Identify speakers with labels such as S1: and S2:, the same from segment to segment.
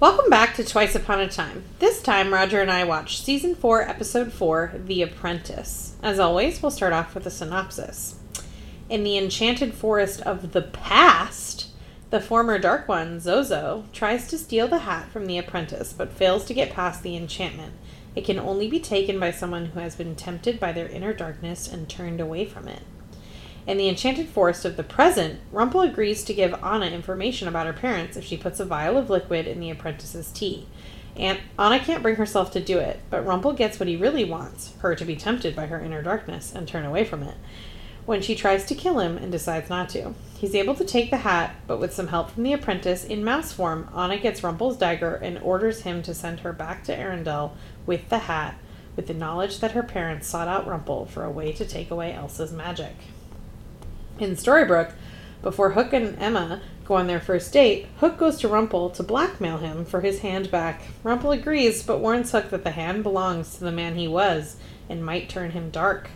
S1: Welcome back to Twice Upon a Time. This time, Roger and I watched Season 4, Episode 4, The Apprentice. As always, we'll start off with a synopsis. In the enchanted forest of the past, the former Dark One, Zozo, tries to steal the hat from the apprentice but fails to get past the enchantment. It can only be taken by someone who has been tempted by their inner darkness and turned away from it. In the enchanted forest of the present, Rumple agrees to give Anna information about her parents if she puts a vial of liquid in the apprentice's tea. And Anna can't bring herself to do it, but Rumple gets what he really wants her to be tempted by her inner darkness and turn away from it. When she tries to kill him and decides not to, he's able to take the hat, but with some help from the apprentice in mouse form, Anna gets Rumple's dagger and orders him to send her back to Arendelle with the hat, with the knowledge that her parents sought out Rumple for a way to take away Elsa's magic. In Storybrooke, before Hook and Emma go on their first date, Hook goes to Rumple to blackmail him for his hand back. Rumple agrees, but warns Hook that the hand belongs to the man he was and might turn him dark.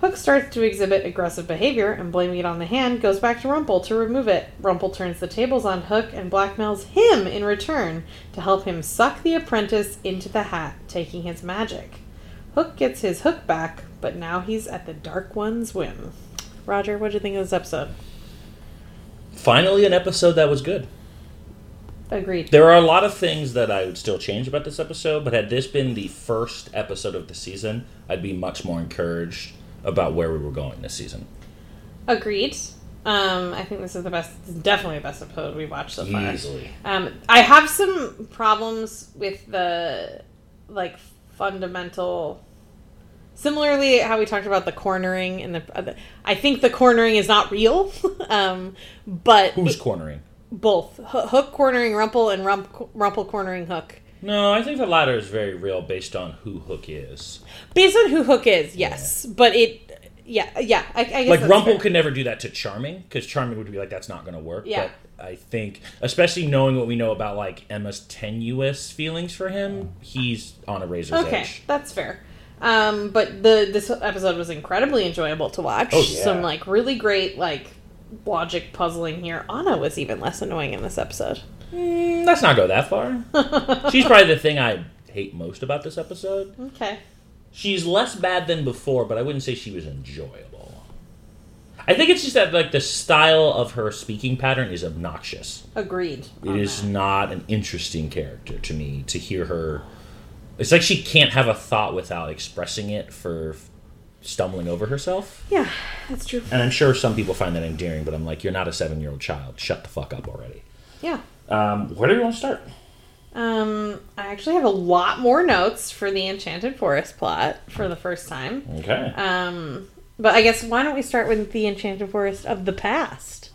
S1: Hook starts to exhibit aggressive behavior and blaming it on the hand goes back to Rumple to remove it. Rumple turns the tables on Hook and blackmails him in return to help him suck the apprentice into the hat, taking his magic. Hook gets his hook back, but now he's at the Dark One's whim. Roger, what did you think of this episode?
S2: Finally, an episode that was good.
S1: Agreed.
S2: There are a lot of things that I would still change about this episode, but had this been the first episode of the season, I'd be much more encouraged about where we were going this season.
S1: Agreed. Um, I think this is the best, this is definitely the best episode we watched so far.
S2: Easily.
S1: Um, I have some problems with the like fundamental. Similarly, how we talked about the cornering and the, uh, the I think the cornering is not real, um, but
S2: Who's cornering?
S1: both H- hook cornering Rumple and rump, Rumple cornering Hook.
S2: No, I think the latter is very real based on who Hook is.
S1: Based on who Hook is, yes, but it, yeah, yeah. I, I guess
S2: Like,
S1: that's
S2: Rumple
S1: fair.
S2: could never do that to Charming, because Charming would be like, that's not going to work.
S1: Yeah.
S2: But I think, especially knowing what we know about, like, Emma's tenuous feelings for him, he's on a razor's
S1: Okay,
S2: edge.
S1: that's fair. Um, but the this episode was incredibly enjoyable to watch.
S2: Oh, yeah.
S1: Some like really great like logic puzzling here. Anna was even less annoying in this episode.
S2: Mm, let's not go that far. She's probably the thing I hate most about this episode.
S1: Okay.
S2: She's less bad than before, but I wouldn't say she was enjoyable. I think it's just that like the style of her speaking pattern is obnoxious.
S1: Agreed.
S2: It
S1: on
S2: is
S1: that.
S2: not an interesting character to me to hear her. It's like she can't have a thought without expressing it for f- stumbling over herself.
S1: Yeah, that's true.
S2: And I'm sure some people find that endearing, but I'm like, you're not a seven year old child. Shut the fuck up already.
S1: Yeah.
S2: Um, where do we want to start?
S1: Um, I actually have a lot more notes for the Enchanted Forest plot for the first time.
S2: Okay.
S1: Um, but I guess why don't we start with the Enchanted Forest of the past?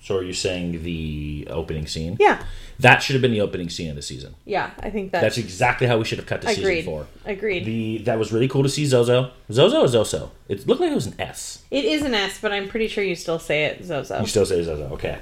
S2: So are you saying the opening scene?
S1: Yeah.
S2: That should have been the opening scene of the season.
S1: Yeah, I think
S2: That's
S1: that's,
S2: exactly how we should have cut to
S1: agreed.
S2: season four.
S1: Agreed.
S2: The that was really cool to see Zozo. Zozo or Zoso? It looked like it was an S.
S1: It is an S, but I'm pretty sure you still say it Zozo.
S2: You still say Zozo, okay.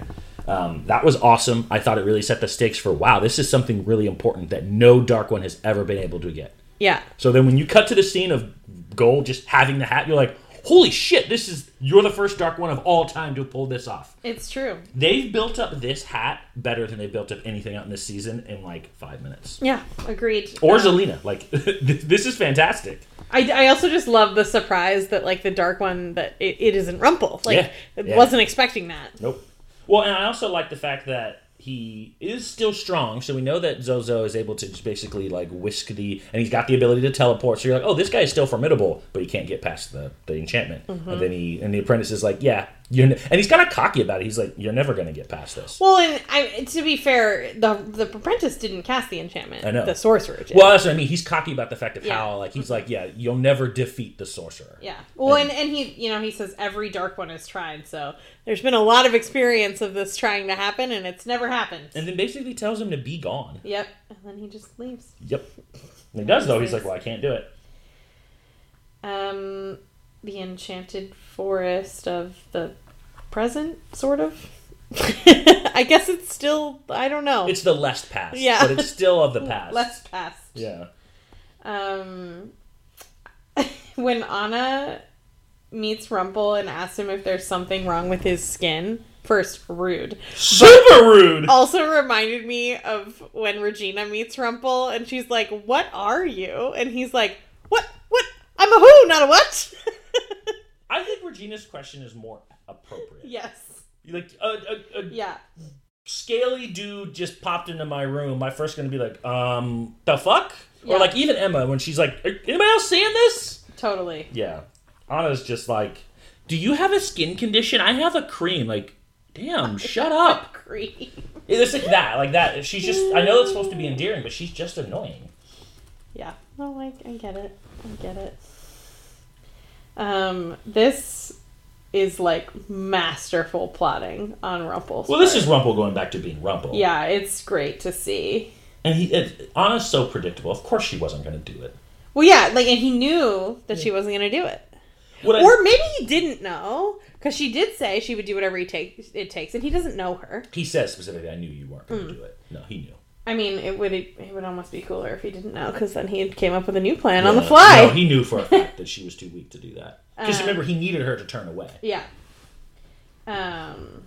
S2: Um, that was awesome. I thought it really set the stakes for wow, this is something really important that no dark one has ever been able to get.
S1: Yeah.
S2: So then when you cut to the scene of Gold just having the hat, you're like, holy shit, this is you're the first dark one of all time to have pulled this off.
S1: It's true.
S2: They've built up this hat better than they built up anything out in this season in like five minutes.
S1: Yeah, agreed.
S2: Or
S1: Um,
S2: Zelina. Like, th- this is fantastic.
S1: I, I also just love the surprise that, like, the dark one, that it, it isn't Rumple. Like,
S2: Yeah,
S1: I
S2: yeah.
S1: wasn't expecting that.
S2: Nope. Well, and I also like the fact that he is still strong. So we know that Zozo is able to just basically like whisk the, and he's got the ability to teleport. So you're like, oh, this guy is still formidable, but he can't get past the, the enchantment.
S1: Mm-hmm.
S2: And then he, and the apprentice is like, yeah, you're, ne-, and he's kind of cocky about it. He's like, you're never going to get past this.
S1: Well, and I, to be fair, the the apprentice didn't cast the enchantment.
S2: I know.
S1: The sorcerer did.
S2: Well, that's what I mean. He's cocky about the fact of
S1: Yeah. Mm-hmm.
S2: how, like, he's like, yeah, you'll never defeat the sorcerer.
S1: yeah. Well, and, and he, you know, he says every dark one has tried, so there's been a lot of experience of this trying to happen, and it's never happened.
S2: And then basically tells him to be gone.
S1: yep. And then he just leaves.
S2: Yep. And he does though. He's like, well, I can't do it.
S1: Um, the enchanted forest of the present, sort of. I guess it's still. I don't know.
S2: It's the less past.
S1: Yeah.
S2: But it's still of the past.
S1: less past.
S2: Yeah.
S1: Um, when Anna meets Rumple and asks him if there's something wrong with his skin, First, rude.
S2: Super rude.
S1: Also reminded me of when Regina meets Rumple and she's like, What are you? And he's like, What? What? I'm a who, not a what?
S2: I think Regina's question is more appropriate.
S1: yes.
S2: Like a, a, a
S1: Yeah.
S2: scaly dude just popped into my room. My first gonna be like, um, the fuck?
S1: Yeah.
S2: Or like even Emma when she's like, "Are- anybody else seeing this?
S1: Totally.
S2: Yeah. Anna's just like, do you have a skin condition? I have a cream. Like, damn, shut up.
S1: Creep.
S2: It's like that, like that. She's just. I know it's supposed to be endearing, but she's just annoying.
S1: Yeah. No, like I get it. I get it. Um, this is like masterful plotting on Rumple's.
S2: Well, this
S1: part.
S2: is Rumple going back to being Rumple.
S1: Yeah, it's great to see.
S2: And he, it, Anna's so predictable. Of course, she wasn't going to do it.
S1: Well, yeah, like, and he knew that she wasn't gonna do it,
S2: What I-
S1: or maybe he didn't know because she did say she would do whatever he takes it takes, and he doesn't know her.
S2: he says specifically, "I knew you weren't
S1: Hmm.
S2: going to do it." No, he knew.
S1: I mean, it would it would almost be cooler if he didn't know because then he came up with a new plan on
S2: Yeah,
S1: the fly.
S2: Uh,
S1: Uh.
S2: No, he knew for a fact that she was too weak to do that. Because remember, he needed her to turn away.
S1: Yeah. Um,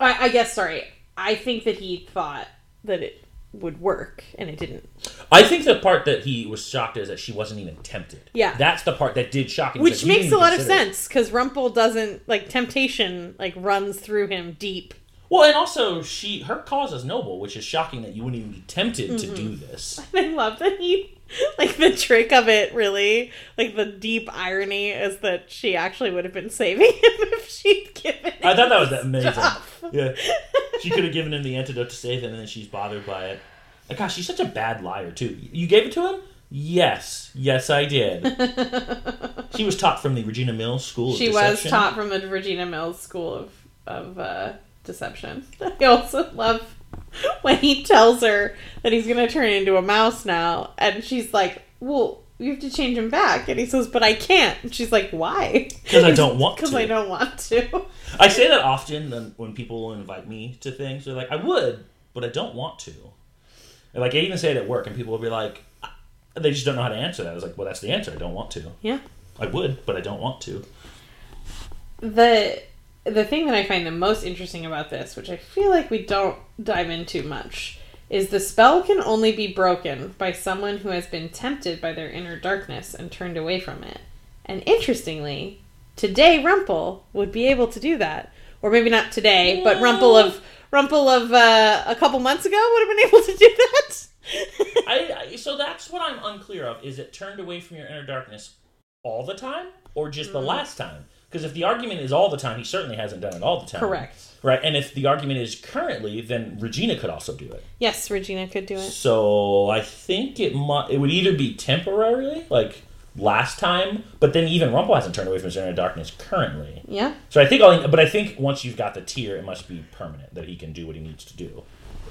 S1: I, I guess. Sorry, I think that he thought that it would work, and it didn't.
S2: I think the part that he was shocked is that she wasn't even tempted.
S1: Yeah.
S2: that's the part that did shock him.
S1: Which
S2: because he
S1: makes
S2: didn't
S1: a lot of
S2: consider it.
S1: sense because Rumple doesn't like temptation like runs through him deep.
S2: Well, and also she her cause is noble, which is shocking that you wouldn't even be tempted to do this.
S1: I love that he like the trick of it really like the deep irony is that she actually would have been saving him if she'd given.
S2: I
S1: him
S2: thought that was amazing.
S1: stuff.
S2: Yeah. She could have given him the antidote to save him, and then she's bothered by it. Like, gosh, she's such a bad liar, too. You gave it to him? Yes. Yes, I did. she was taught from the Regina Mills School of
S1: She was
S2: Deception.
S1: taught from the Regina Mills School of of uh, Deception. I also love when he tells her that he's going to turn into a mouse now, and she's like, "Well, you have to change him back," and he says, "But I can't." And she's like, "Why?"
S2: Because I don't want
S1: Because
S2: to.
S1: I don't want to.
S2: I say that often when- when people invite me to things. They're like, I would, but I don't want to. And, like, I even say it at work, and people will be like, "Ah," they just don't know how to answer that. I was like, well, that's the answer. I don't want to.
S1: Yeah.
S2: I would, but I don't want to.
S1: the the thing that I find the most interesting about this, which I feel like we don't dive into much, is the spell can only be broken by someone who has been tempted by their inner darkness and turned away from it. And interestingly, today Rumple would be able to do that, or maybe not today, but Rumple of Rumple of uh, a couple months ago would have been able to do that.
S2: I, I so that's what I'm unclear of. Is it turned away from your inner darkness all the time, or just the last time? Because if the argument is all the time, he certainly hasn't done it all the time.
S1: Correct.
S2: Right, and if the argument is currently, then Regina could also do it.
S1: yes, Regina could do it.
S2: So I think it mu- it would either be temporarily, like last time, but then even Rumple hasn't turned away from his inner darkness currently.
S1: Yeah.
S2: So I think, only, but I think once you've got the tier, it must be permanent that he can do what he needs to do.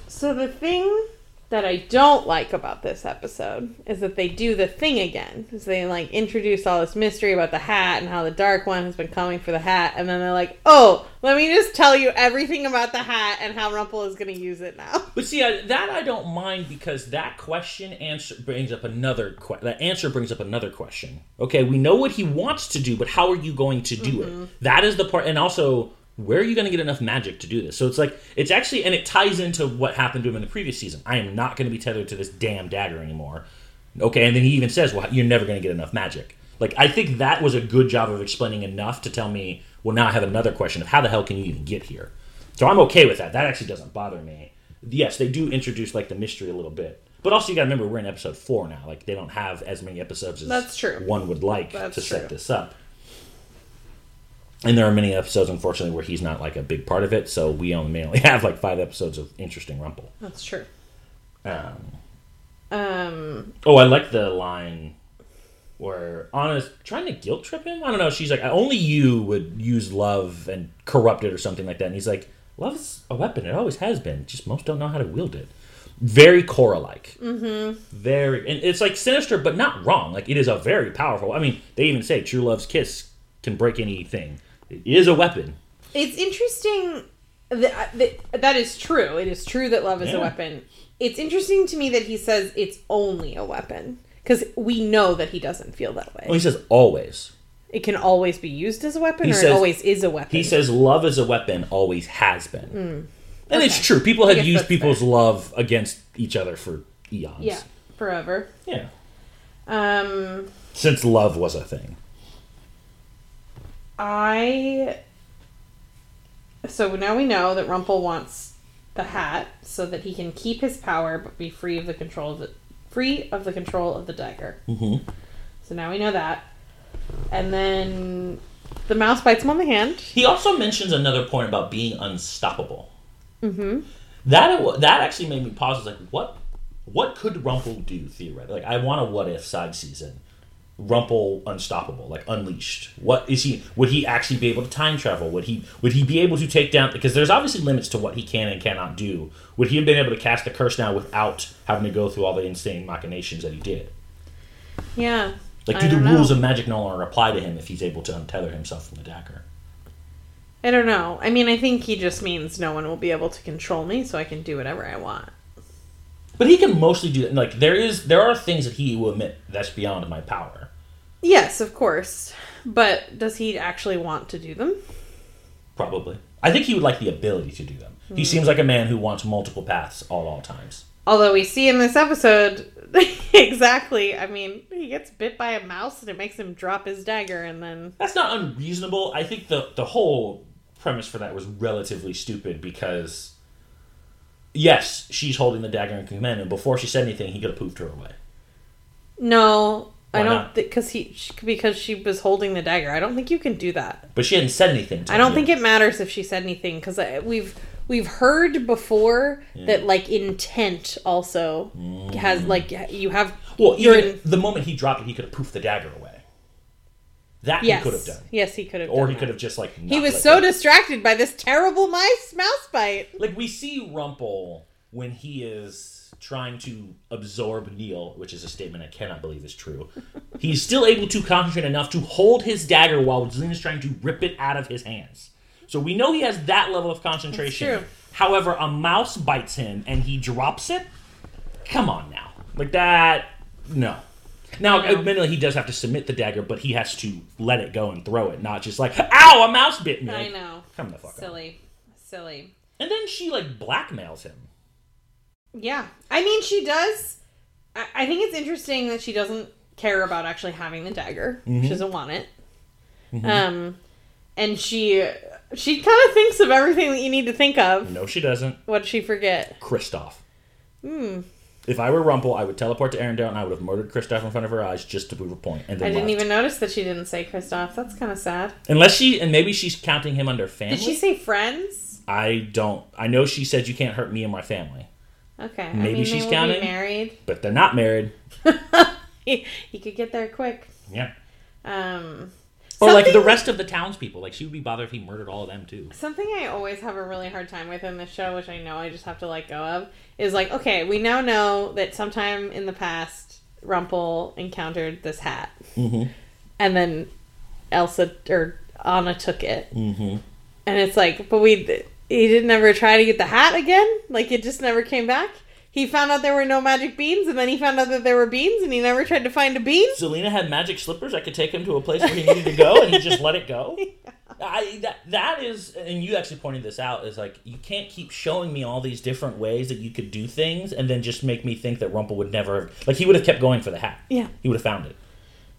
S1: So the thing that I don't like about this episode is that they do the thing again. Is they like introduce all this mystery about the hat and how the dark one has been coming for the hat, and then they're like, "Oh, let me just tell you everything about the hat and how Rumple is going to use it now."
S2: But see, I, that I don't mind because that question answer brings up another que- that answer brings up another question. Okay, we know what he wants to do, but how are you going to do it? That is the part, and also where are you going to get enough magic to do this? So it's like it's actually, and it ties into what happened to him in the previous season. I am not going to be tethered to this damn dagger anymore. Okay, and then he even says, "Well, you're never going to get enough magic." Like I think that was a good job of explaining enough to tell me. Well, now I have another question of how the hell can you even get here? So I'm okay with that. That actually doesn't bother me. Yes, they do introduce like the mystery a little bit, but also you got to remember we're in episode four now. Like they don't have as many episodes as
S1: That's true.
S2: one would like
S1: That's
S2: to
S1: true.
S2: set this up. And there are many episodes, unfortunately, where he's not like a big part of it. So we only may only have like five episodes of interesting Rumple.
S1: That's true.
S2: Um,
S1: Um,
S2: Oh, I like the line where Anna's trying to guilt trip him. I don't know. She's like, only you would use love and corrupt it or something like that. And he's like, love is a weapon. It always has been. Just most don't know how to wield it. Very Cora like. Mm-hmm. Very. And it's like sinister, but not wrong. Like, it is a very powerful. I mean, they even say true love's kiss can break anything. It is a weapon.
S1: it's interesting that, uh, that that is true. It is true that love is a
S2: Yeah.
S1: weapon. It's interesting to me that he says it's only a weapon because we know that he doesn't feel that way.
S2: Well, he says always.
S1: It can always be used as a weapon,
S2: He
S1: or it
S2: says-
S1: always is a weapon.
S2: He says love as a weapon always has been. And it's
S1: Hmm. Okay.
S2: true. People
S1: I
S2: have
S1: guess
S2: used
S1: that's
S2: people's love against each other for eons.
S1: "Yeah, forever."
S2: Yeah.
S1: Um,
S2: Since love was a thing.
S1: I. So now we know that Rumpel wants the hat so that he can keep his power but be free of the control of the free of the control of the dagger.
S2: Mm-hmm.
S1: So now we know that, and then the mouse bites him on the hand.
S2: He also mentions another point about being unstoppable.
S1: Mm-hmm.
S2: That that actually made me pause. I was like, what what could Rumpel do theoretically? Like, I want a what if side season. Rumpel unstoppable, like unleashed. What is he? Would he actually be able to time travel? Would he? Would he be able to take down? Because there's obviously limits to what he can and cannot do. Would he have been able to cast the curse now without having to go through all the insane machinations that he did?
S1: Yeah.
S2: Like,
S1: I
S2: do the
S1: don't know.
S2: rules of magic no longer apply to him if he's able to untether himself from the dagger?
S1: I don't know. I mean, I think he just means no one will be able to control me, so I can do whatever I want.
S2: But he can mostly do that. Like, there is there are things that he will admit that's beyond my power.
S1: Yes, of course. But does he actually want to do them?
S2: Probably. I think he would like the ability to do them.
S1: Hmm.
S2: He seems like a man who wants multiple paths all all times.
S1: Although we see in this episode exactly, I mean, he gets bit by a mouse and it makes him drop his dagger and then
S2: That's not unreasonable. I think the the whole premise for that was relatively stupid because yes, she's holding the dagger in command, and before she said anything, he could have poofed her away.
S1: no, I
S2: Why
S1: don't
S2: not?
S1: because he she, because she was holding the dagger. I don't think you can do that.
S2: But she hadn't said anything. To
S1: I don't
S2: him.
S1: think it matters if she said anything cuz we've we've heard before that like intent also has like you have
S2: Mm. Well,
S1: you're
S2: even
S1: in-
S2: the moment he dropped it, he could have poofed the dagger away. That
S1: yes.
S2: he could have done,
S1: Yes, he could have
S2: or
S1: done
S2: he
S1: that.
S2: could have just like not
S1: He was
S2: let
S1: so
S2: go.
S1: distracted by this terrible mice mouse bite.
S2: Like we see Rumple when he is trying to absorb Neil, which is a statement I cannot believe is true. He's still able to concentrate enough to hold his dagger while Zlin is trying to rip it out of his hands. So we know he has that level of concentration.
S1: That's true.
S2: However, a mouse bites him and he drops it. Come on now. Like that no. Now, admittedly, he does have to submit the dagger, but he has to let it go and throw it, not just like, "Ow, a mouse bit me."
S1: I
S2: Like,
S1: know.
S2: Come the fuck on.
S1: Silly. Silly.
S2: And then she like blackmails him.
S1: Yeah. I mean, she does. I, I think it's interesting that she doesn't care about actually having the dagger.
S2: Mm-hmm.
S1: She doesn't want it. Um, and she she kind of thinks of everything that you need to think of.
S2: No, she doesn't.
S1: What'd she forget?
S2: Kristoff.
S1: Hmm.
S2: If I were Rumple, I would teleport to Arendelle and I would have murdered Kristoff in front of her eyes just to prove a point, and
S1: I
S2: then
S1: didn't
S2: left.
S1: even notice that she didn't say Kristoff. That's kind of sad.
S2: Unless she, and maybe she's counting him under family.
S1: Did she say friends?
S2: I don't. I know she said you can't hurt me and my family,
S1: Okay. I
S2: Maybe
S1: mean, they
S2: she's
S1: will
S2: counting.
S1: Be married.
S2: but they're not married.
S1: He, he could get there quick.
S2: Yeah.
S1: Um,
S2: Or like the
S1: Something-
S2: rest of the townspeople. Like she would be bothered if he murdered all of them too.
S1: Something I always have a really hard time with in this show, which I know I just have to let go of, is like, okay, we now know that sometime in the past, Rumple encountered this hat. And then Elsa or Anna took it. Mm-hmm. And it's like, but we, he didn't ever try to get the hat again? Like, it just never came back? He found out there were no magic beans, and then he found out that there were beans, and he never tried to find a bean?
S2: Selena had magic slippers. I could take him to a place where he needed to go, and he just let it go. I that, that is, and you actually pointed this out is like you can't keep showing me all these different ways that you could do things, and then just make me think that Rumpel would never have, like he would have kept going for the hat.
S1: Yeah.
S2: he would have found it.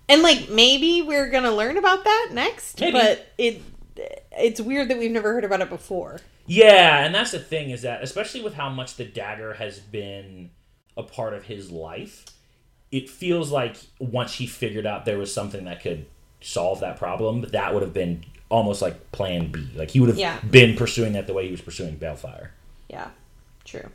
S1: And like maybe we're gonna learn about that next,
S2: Maybe.
S1: but it it's weird that we've never heard about it before.
S2: Yeah, and that's the thing is that especially with how much the dagger has been a part of his life, it feels like once he figured out there was something that could solve that problem, that would have been almost like plan B. Like he would have
S1: Yeah.
S2: been pursuing that the way he was pursuing Balefire.
S1: Yeah, true.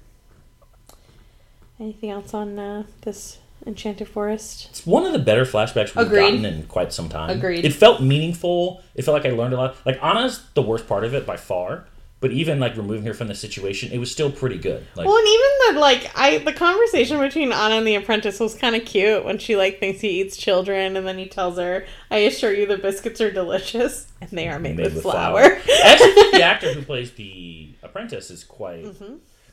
S1: Anything else on uh, this Enchanted Forest?
S2: It's one of the better flashbacks we've
S1: Agreed.
S2: gotten in quite some time.
S1: Agreed.
S2: It felt meaningful. It felt like I learned a lot. Like Anna's the worst part of it by far, but even like removing her from the situation, it was still pretty good. Like
S1: Well, and even the like, I the conversation between Anna and the apprentice was kind of cute when she like thinks he eats children, and then he tells her, "I assure you, the biscuits are delicious, and they are made, with, flour."
S2: I actually think the actor who plays
S1: Mm-hmm.
S2: the apprentice is quite.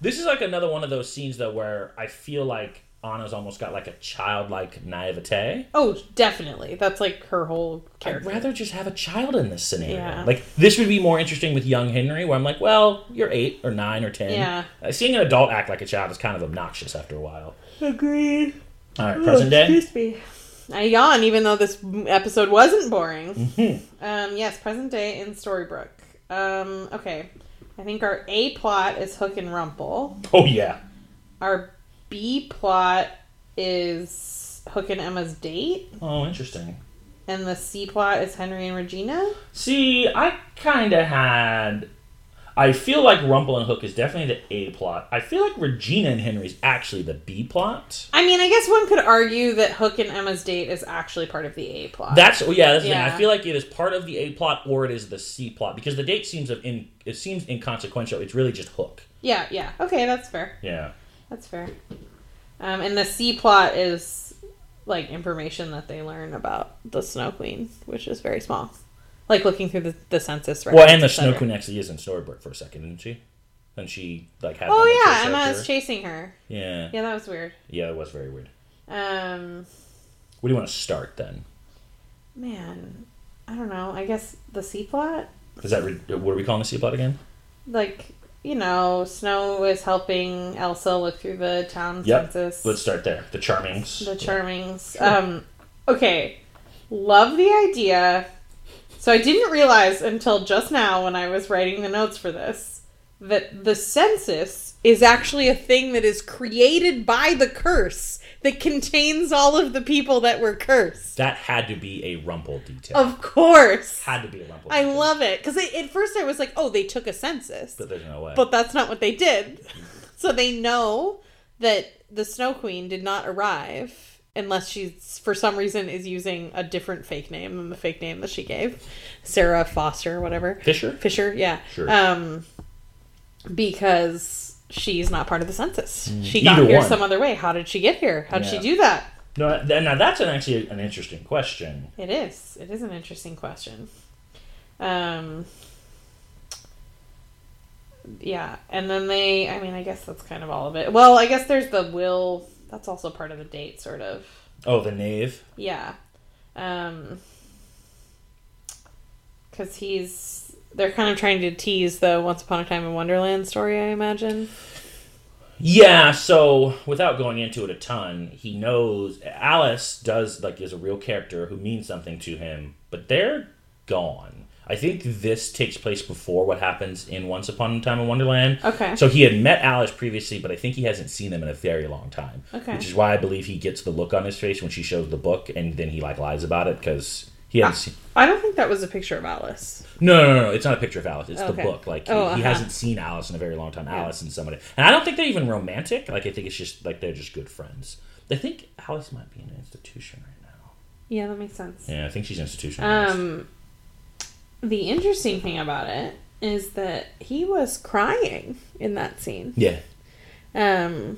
S2: This is like another one of those scenes though where I feel like Anna's almost got like a childlike naivete.
S1: Oh, definitely. That's like her whole
S2: I'd
S1: character.
S2: rather just have a child in this scenario.
S1: Yeah.
S2: Like this would be more interesting with young Henry, where I'm like, well, you're eight or nine or ten.
S1: Yeah.
S2: Uh, seeing an adult act like a child is kind of obnoxious after a while.
S1: Agreed.
S2: All right, present day.
S1: Excuse me. I yawn, even though this episode wasn't boring.
S2: Mm-hmm.
S1: Um, yes, present day in Storybrooke. Um, okay, I think our A plot is Hook and Rumple.
S2: Oh yeah.
S1: Our B plot is Hook and Emma's date,
S2: Oh, interesting.
S1: and the C plot is Henry and Regina.
S2: See, I kind of had. I feel like Rumple and Hook is definitely the A plot. I feel like Regina and Henry's actually the B plot.
S1: I mean, I guess one could argue that Hook and Emma's date is actually part of the A plot.
S2: That's oh, yeah. That's the thing.
S1: Yeah.
S2: I feel like it is part of the A plot or it is the C plot because the date seems of in it seems inconsequential. It's really just Hook.
S1: yeah, yeah. Okay, that's fair.
S2: Yeah.
S1: That's fair. Um, and the C plot is like information that they learn about the Snow Queen, which is very small. Like looking through the, the census records.
S2: Well, and the
S1: et
S2: Snow
S1: cetera.
S2: Queen actually is in Storybrooke for a second, isn't she? And she like had.
S1: Oh
S2: them all
S1: yeah,
S2: chased
S1: Emma
S2: after
S1: is
S2: her.
S1: chasing her.
S2: Yeah.
S1: Yeah, that was weird.
S2: Yeah, it was very weird.
S1: Um,
S2: Where do you want to start then?
S1: man, I don't know. I guess the C plot,
S2: Is that re- what are we calling the C plot again?
S1: like you know, Snow is helping Elsa look through the town
S2: Yep.
S1: census.
S2: Let's start there. The Charmings.
S1: The Charmings. Um, okay. Love the idea. So I didn't realize until just now when I was writing the notes for this that the census is actually a thing that is created by the curse that contains all of the people that were cursed.
S2: That had to be a Rumple detail.
S1: Of course.
S2: had to be a Rumple.
S1: I
S2: detail.
S1: love it. Because at first I was like, oh, they took a census.
S2: But there's no way.
S1: But that's not what they did. So they know that the Snow Queen did not arrive unless she's for some reason is using a different fake name than the fake name that she gave. Sarah Foster or whatever.
S2: Fisher.
S1: Fisher, yeah.
S2: Sure.
S1: Um because she's not part of the census. She
S2: Mm. Either
S1: got here
S2: one.
S1: some other way. How did she get here? How did she
S2: Yeah.
S1: do that?
S2: No, th- now that's an, actually an interesting question.
S1: It is. It is an interesting question. Um, yeah, and then they. I mean, I guess that's kind of all of it. Well, I guess there's the will. That's also part of the date, sort of.
S2: Oh, the knave.
S1: Yeah. Um. Because he's. They're kind of trying to tease the Once Upon a Time in Wonderland story, I imagine.
S2: Yeah. So without going into it a ton, he knows Alice does like is a real character who means something to him, but they're gone. I think this takes place before what happens in Once Upon a Time in Wonderland.
S1: Okay.
S2: So he had met Alice previously, but I think he hasn't seen them in a very long time.
S1: Okay.
S2: Which is why I believe he gets the look on his face when she shows the book, and then he like lies about it because he
S1: Ah.
S2: hasn't seen.
S1: I don't think that was a picture of Alice.
S2: No, no, no, no. It's not a picture of Alice. It's the
S1: Okay.
S2: book. Like
S1: Oh,
S2: he,
S1: uh-huh.
S2: he hasn't seen Alice in a very long time. Alice and somebody, and I don't think they're even romantic. Like I think it's just like they're just good friends. I think Alice might be in an institution right now.
S1: Yeah, that makes sense.
S2: Yeah, I think she's institutionalized.
S1: Um, the interesting thing about it is that he was crying in that scene.
S2: yeah,
S1: Um,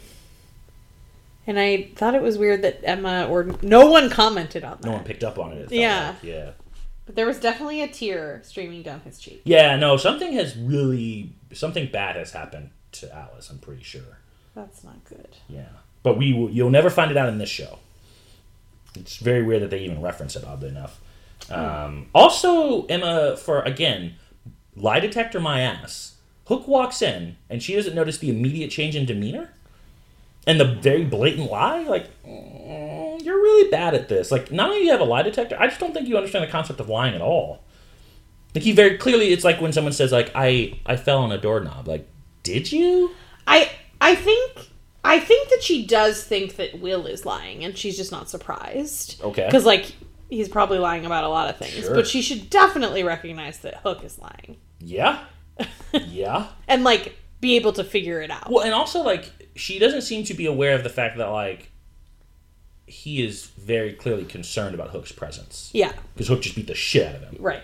S1: and I thought it was weird that Emma or no one commented on that.
S2: no one picked up on it. it felt
S1: Yeah.
S2: like. yeah,
S1: But there was definitely a tear streaming down his cheek.
S2: yeah. No, something has really something bad has happened to Alice. I'm pretty sure.
S1: That's not good.
S2: Yeah, but we will- you'll never find it out in this show. It's very weird that they even reference it, oddly enough. Um, also, Emma, for again, lie detector my ass. Hook walks in and she doesn't notice the immediate change in demeanor and the very blatant lie. Like, mm, you're really bad at this. Like, not only do you have a lie detector, I just don't think you understand the concept of lying at all. Like, he very clearly, it's like when someone says, like, I, I fell on a doorknob. Like, did you?
S1: I I think I think that she does think that Will is lying, and she's just not surprised.
S2: Okay.
S1: Because like he's probably lying about a lot of things,
S2: Sure.
S1: but she should definitely recognize that Hook is lying
S2: Yeah. yeah.
S1: and like be able to figure it out.
S2: Well, and also like she doesn't seem to be aware of the fact that like he is very clearly concerned about Hook's presence
S1: Yeah.
S2: because Hook just beat the shit out of him.
S1: Right.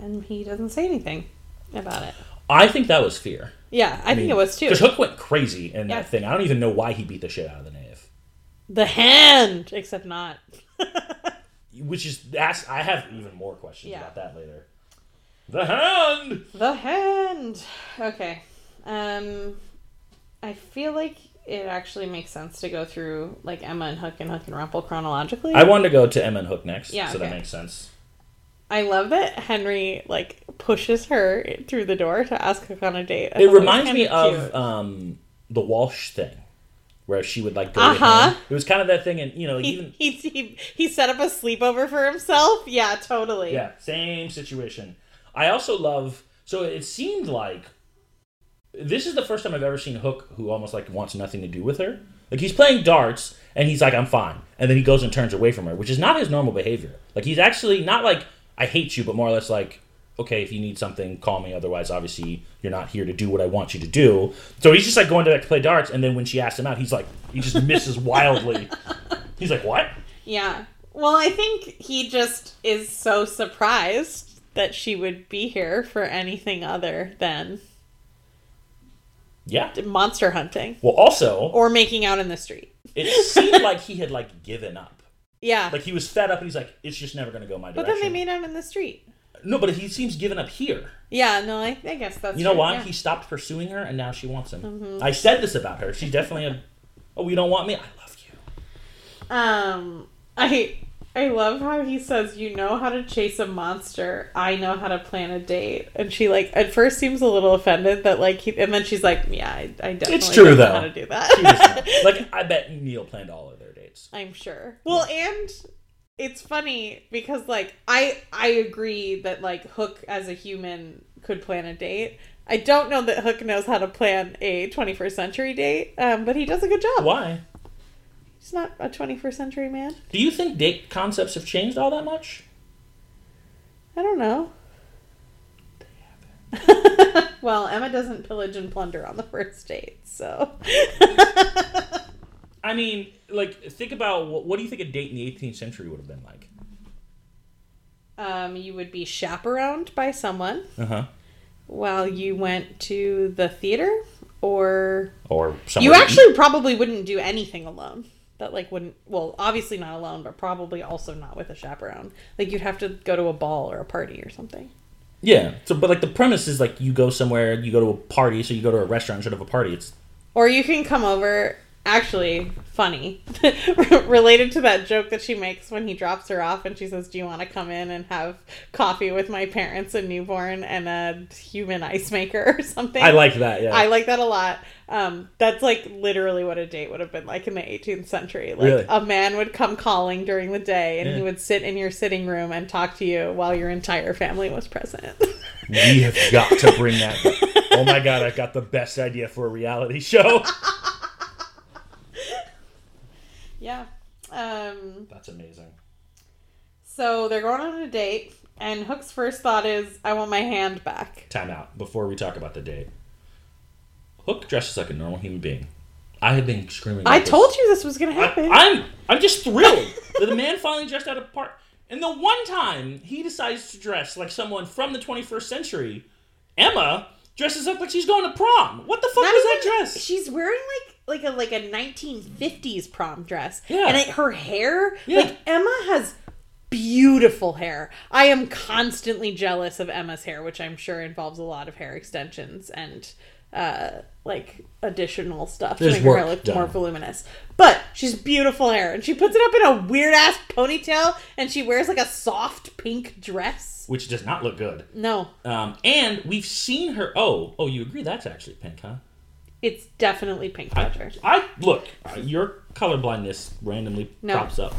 S1: And he doesn't say anything about it.
S2: I think that was fear.
S1: Yeah, I, think it was too.
S2: Because Hook went crazy in
S1: Yeah.
S2: that thing. I don't even know why he beat the shit out of the knave.
S1: The hand, except not.
S2: Which is that's I have even more questions
S1: Yeah.
S2: about that later. The hand.
S1: The hand. Okay. Um I feel like it actually makes sense to go through like Emma and Hook and Hook and Rumple chronologically.
S2: I wanted to go to Emma and Hook next,
S1: Hmm. Yeah,
S2: so that
S1: okay.
S2: makes sense.
S1: I love that Henry like pushes her through the door to ask Hook on a date. I
S2: It
S1: thought was
S2: reminds me
S1: kinda
S2: of
S1: cute.
S2: um, the Walsh thing, where she would like go.
S1: Uh-huh.
S2: To him. It was kind of that thing, and you know, like,
S1: he,
S2: even
S1: he, he, he set up a sleepover for himself. Yeah, totally.
S2: yeah, same situation. I also love. So it seemed like this is the first time I've ever seen Hook, who almost like wants nothing to do with her. Like he's playing darts, and he's like, "I'm fine," and then he goes and turns away from her, which is not his normal behavior. Like he's actually not like, "I hate you," but more or less like. Okay, if you need something, call me. Otherwise, obviously, you're not here to do what I want you to do. So he's just like going to back to play darts, and then when she asks him out, he's like, he just misses wildly. He's like, "What?"
S1: Yeah. Well, I think he just is so surprised that she would be here for anything other than
S2: Yeah.
S1: monster hunting
S2: Well, also,
S1: or making out in the street.
S2: it seemed like he had like given up.
S1: Yeah.
S2: Like he was fed up, and he's like, "It's just never going to go my
S1: but
S2: direction."
S1: then they made out in the street.
S2: no, but he seems given up here.
S1: Yeah, no, I, I guess that's
S2: You know
S1: true,
S2: why?
S1: yeah. Mm-hmm.
S2: He stopped pursuing her, and now she wants him. I said this about her. She's definitely a. Oh, you don't want me? I love you.
S1: Um, I I love how he says, "You know how to chase a monster. I know how to plan a date." And she like at first seems a little offended that like he, and then she's like, "Yeah, I, I definitely don't
S2: true,
S1: know
S2: though.
S1: how to do
S2: She does
S1: that."
S2: not. like I bet Neil planned all of their dates.
S1: I'm sure. Well, and it's funny because like I I agree that like Hook as a human could plan a date. I don't know that Hook knows how to plan a 21st century date, um, but he does a good job.
S2: Why?
S1: He's not a 21st century man.
S2: Do you think date concepts have changed all that much?
S1: I don't know. well, Emma doesn't pillage and plunder on the first date, so.
S2: I mean, like, think about what, what do you think a date in the 18th century would have been like?
S1: um, you would be chaperoned by someone
S2: Uh huh.
S1: while you went to the theater, or.
S2: Or somewhere
S1: You
S2: that-
S1: actually probably wouldn't do anything alone. That, like, wouldn't. Well, obviously not alone, but probably also not with a chaperone. Like, you'd have to go to a ball or a party or something.
S2: Yeah. So, but like the premise is like you go somewhere, you go to a party, so you go to a restaurant instead of a party. It's
S1: Or you can come over. Actually, funny. Related to that joke that she makes when he drops her off and she says, Do you want to come in and have coffee with my parents, a newborn, and a human ice maker or something?
S2: I like that. Yeah.
S1: I like that a lot. Um, that's like literally what a date would have been like in the 18th century. Like
S2: Really?
S1: a man would come calling during the day and he
S2: Yeah.
S1: would sit in your sitting room and talk to you while your entire family was present.
S2: we have got to bring that. Back. Oh my god, I got the best idea for a reality show.
S1: yeah. Um,
S2: That's amazing.
S1: So they're going on a date, and Hook's first thought is, I want my hand back.
S2: Time out before we talk about the date. Hook dresses like a normal human being. I have been screaming.
S1: I
S2: about this.
S1: told you this was going to happen.
S2: I, am I'm just thrilled that the man finally dressed out of part. And the one time he decides to dress like someone from the 21st century, Emma dresses up like she's going to prom. What the fuck
S1: Not
S2: was that
S1: even-
S2: dress?
S1: She's wearing like like a like a 1950s prom dress.
S2: Yeah.
S1: And it, her hair,
S2: Yeah.
S1: like Emma has beautiful hair. I am constantly jealous of Emma's hair, which I'm sure involves a lot of hair extensions and uh like additional stuff to
S2: There's
S1: make her hair
S2: work
S1: look
S2: done.
S1: more voluminous. But she's beautiful hair and she puts it up in a weird ass ponytail and she wears like a soft pink dress.
S2: Which does not look good.
S1: No,
S2: Um, and we've seen her. Oh, oh, you agree? That's actually pink, huh?
S1: it's definitely pink Roger.
S2: I look. uh, Your colorblindness randomly
S1: No.
S2: pops up.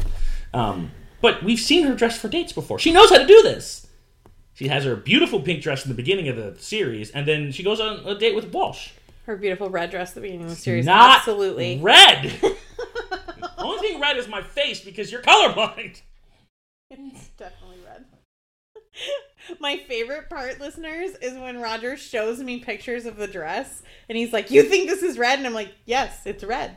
S2: Um, but we've seen her dress for dates before. She knows how to do this. She has her beautiful pink dress in the beginning of the series, and then she goes on a date with Walsh.
S1: Her beautiful red dress at the beginning of the series.
S2: Not
S1: Absolutely.
S2: red. Only thing red is my face because you're colorblind.
S1: It's definitely red. My favorite part, listeners, is when Roger shows me pictures of the dress and he's like, You think this is red? And I'm like, Yes, it's red.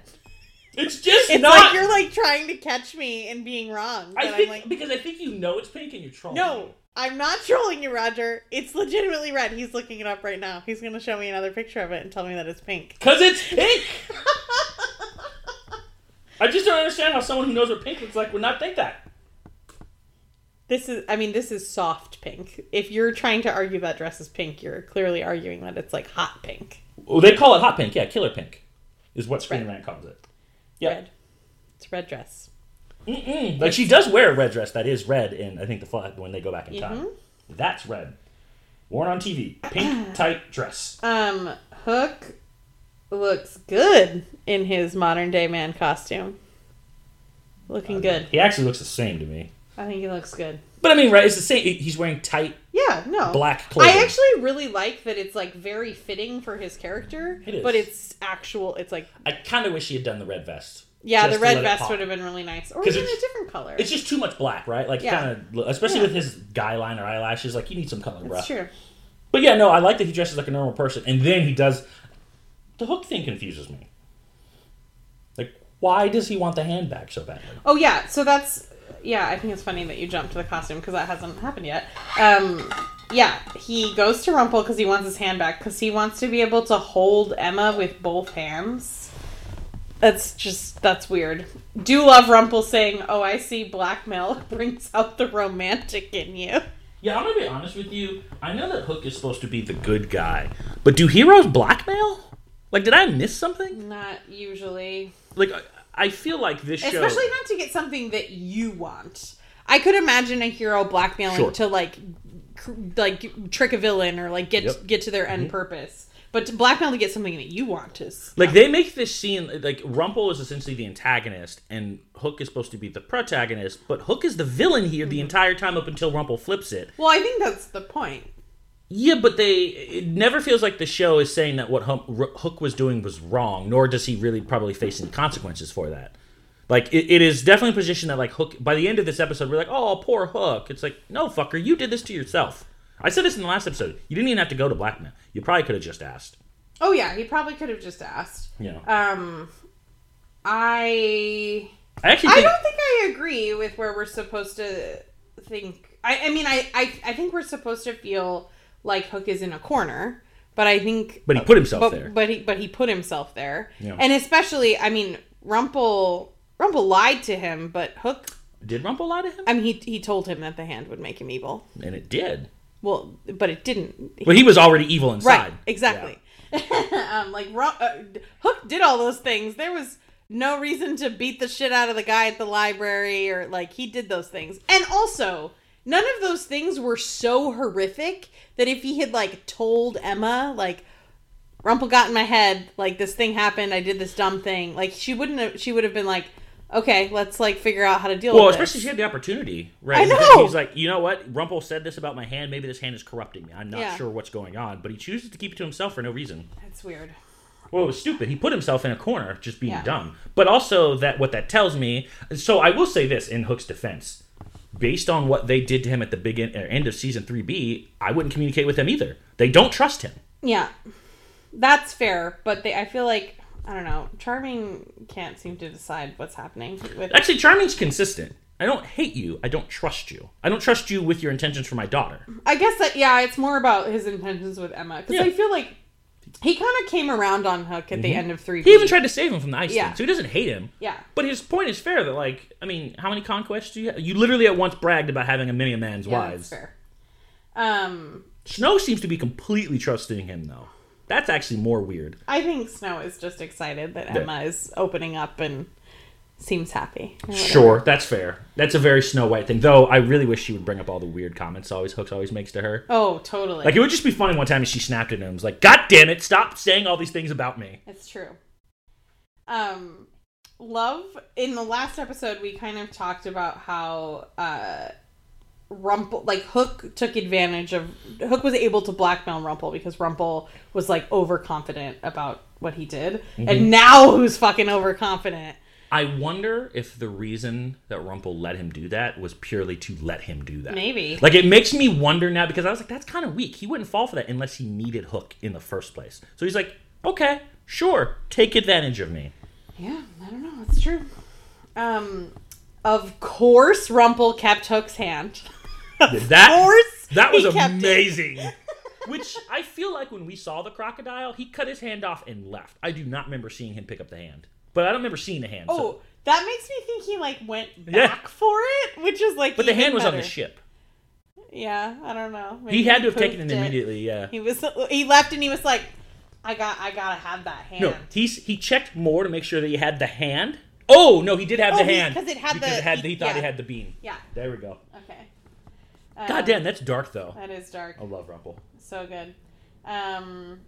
S2: It's just
S1: It's
S2: not.
S1: like you're like trying to catch me and being wrong.
S2: I
S1: but I'm
S2: think
S1: like,
S2: because I think you know it's pink and you're trolling.
S1: No, I'm not trolling you, Roger. It's legitimately red. He's looking it up right now. He's going to show me another picture of it and tell me that it's pink.
S2: because it's pink. I just don't understand how someone who knows what pink looks like would not think that.
S1: This is, I mean, this is soft pink. If you're trying to argue that dress is pink, you're clearly arguing that it's like hot pink.
S2: Well, they call it hot pink, yeah, killer pink. is what Screen
S1: red.
S2: Rant calls it. Yep.
S1: Red. It's a red dress.
S2: Like Hmm. she does wear a red dress that is red in I think the flag when they go back in
S1: Mm-hmm.
S2: time. That's red. Worn on TV. Pink tight dress.
S1: Um, Hook looks good in his modern day man costume. Looking good.
S2: He actually looks the same to me.
S1: I think he looks good.
S2: But I mean, right? It's the same. He's wearing tight
S1: Yeah, no.
S2: black clothing.
S1: I actually really like that it's like very fitting for his character,
S2: It is.
S1: but it's actual. It's like
S2: I kind of wish he had done the red vest.
S1: yeah,
S2: Just
S1: the
S2: to
S1: red
S2: let it
S1: vest
S2: pop.
S1: would have been really nice, or
S2: 'Cause
S1: even a
S2: it's-
S1: different color.
S2: It's just too much black, right? Like,
S1: Yeah.
S2: kind of, especially
S1: Yeah.
S2: with his guy line or eyelashes. Like, you need some color, bro.
S1: It's true.
S2: But yeah, no, I like that he dresses like a normal person, and then he does. The hook thing confuses me. Like, why does he want the handbag so badly?
S1: Oh yeah, so that's yeah. I think it's funny that you jumped to the costume because that hasn't happened yet. Um, yeah, he goes to Rumpel because he wants his hand back because he wants to be able to hold Emma with both hands. That's just that's weird. Do love Rumpel saying, "Oh, I see black milk brings out the romantic in you."
S2: Yeah, I'm gonna be honest with you. I know that Hook is supposed to be the good guy, but do heroes blackmail? Like, did I miss something?
S1: Not usually,
S2: Like, I- I feel like this show.
S1: especially not to get something that you want. I could imagine a hero blackmailing
S2: Sure.
S1: to like, cr- like trick a villain or like get
S2: Yep. Mm-hmm.
S1: get to their end purpose. But to blackmail to get something that you want is
S2: Like they make this scene like Rumple is essentially the antagonist and Hook is supposed to be the protagonist, but Hook is the villain here the entire time up until Rumple flips it.
S1: well, I think that's the point.
S2: Yeah, but they it never feels like the show is saying that what Hump, R- Hook was doing was wrong, nor does he really probably face any consequences for that. Like it, it is definitely a position that like Hook by the end of this episode we're like, "Oh, poor Hook." It's like, "No, fucker, you did this to yourself." I said this in the last episode. You didn't even have to go to blackmail. You probably could have just asked.
S1: Oh yeah, he probably could have just asked.
S2: You know.
S1: Um, I
S2: I actually
S1: I
S2: think
S1: don't think I agree with where we're supposed to think. I I mean I I, I think we're supposed to feel like Hook is in a corner, but I think
S2: but he put himself
S1: but,
S2: there.
S1: But he but he put himself there.
S2: Yeah.
S1: And especially, I mean, Rumple Rumple lied to him, but Hook
S2: Did Rumple lie to him?
S1: I mean he he told him that the hand would make him evil.
S2: and it did.
S1: Well, but it didn't.
S2: But he was already evil inside.
S1: right. Exactly. um like Rum, uh, Hook did all those things. There was no reason to beat the shit out of the guy at the library or like he did those things. And also, none of those things were so horrific that if he had like told Emma like Rumple got in my head. Like this thing happened. I did this dumb thing. Like she wouldn't. Have, she would have been like, okay, let's like figure out how to deal
S2: Well,
S1: with
S2: especially
S1: this.
S2: she had the opportunity, right?
S1: I
S2: Because
S1: know!
S2: He's like, you know what? Rumpel said this about my hand. Maybe this hand is corrupting me. I'm not
S1: Yeah.
S2: sure what's going on. But he chooses to keep it to himself for no reason.
S1: That's weird.
S2: Well, it was stupid. He put himself in a corner just being
S1: Yeah.
S2: dumb. But also that what that tells me. So I will say this in Hook's defense, based on what they did to him at the begin er, end of season three B, I wouldn't communicate with him either. They don't trust him.
S1: Yeah, that's fair. But they, I feel like I don't know. Charming can't seem to decide what's happening with.
S2: Actually, Charming's consistent. I don't hate you. I don't trust you. I don't trust you with your intentions for my daughter.
S1: I guess that yeah, it's more about his intentions with Emma because
S2: Yeah. Mm-hmm.
S1: I feel like he kind of came around on Hook at the end of three.
S2: He even tried to save him from the ice
S1: Yeah.
S2: thing, so he doesn't hate him.
S1: Yeah.
S2: But his point is fair that, like, I mean, how many conquests do you have? You literally at once bragged about having a million man's
S1: Yeah, that's
S2: wives.
S1: fair. Um,
S2: Snow seems to be completely trusting him, though. That's actually more weird.
S1: I think Snow is just excited that Emma is opening up and seems happy. or whatever.
S2: Sure, that's fair. That's a very Snow White thing, though. I really wish she would bring up all the weird comments always Hooks always makes to her.
S1: Oh, totally.
S2: Like, it would just be funny one time if she snapped at him and was like, "God damn it! Stop saying all these things about me."
S1: It's true. Um, love in the last episode we kind of talked about how uh, Rumple like Hook took advantage of Hook was able to blackmail Rumple because Rumple was like overconfident about what he did,
S2: Mm-hmm.
S1: and now who's fucking overconfident?
S2: I wonder if the reason that Rumpel let him do that was purely to let him do that.
S1: Maybe.
S2: Like it makes me wonder now because I was like, that's kind of weak. He wouldn't fall for that unless he needed Hook in the first place. So he's like, okay, sure, take advantage of me.
S1: Yeah, I don't know. It's true. Um, of course, Rumple kept Hook's hand.
S2: That
S1: course
S2: that
S1: he
S2: was
S1: kept it.
S2: amazing. Which I feel like when we saw the crocodile, he cut his hand off and left. I do not remember seeing him pick up the hand, but I don't remember seeing the hand. so-
S1: Oh, that makes me think he like went back
S2: Yeah.
S1: for it, which is like.
S2: but the
S1: even
S2: hand was on the
S1: better.
S2: ship.
S1: Yeah, I don't know. Maybe
S2: He had to have taken it
S1: poofed
S2: immediately. Yeah.
S1: He was he left and he was like, I got I gotta have that hand.
S2: No, he's he checked more to make sure that he had the hand. Oh no, he did have
S1: Oh,
S2: the
S1: he-
S2: hand
S1: 'cause it had
S2: Because
S1: the-
S2: it had-
S1: he-
S2: he thought
S1: yeah.
S2: it had the bean.
S1: Yeah.
S2: There we go.
S1: Okay. Um,
S2: God damn, that's dark though.
S1: That is dark.
S2: I love Rumple.
S1: So good. Um.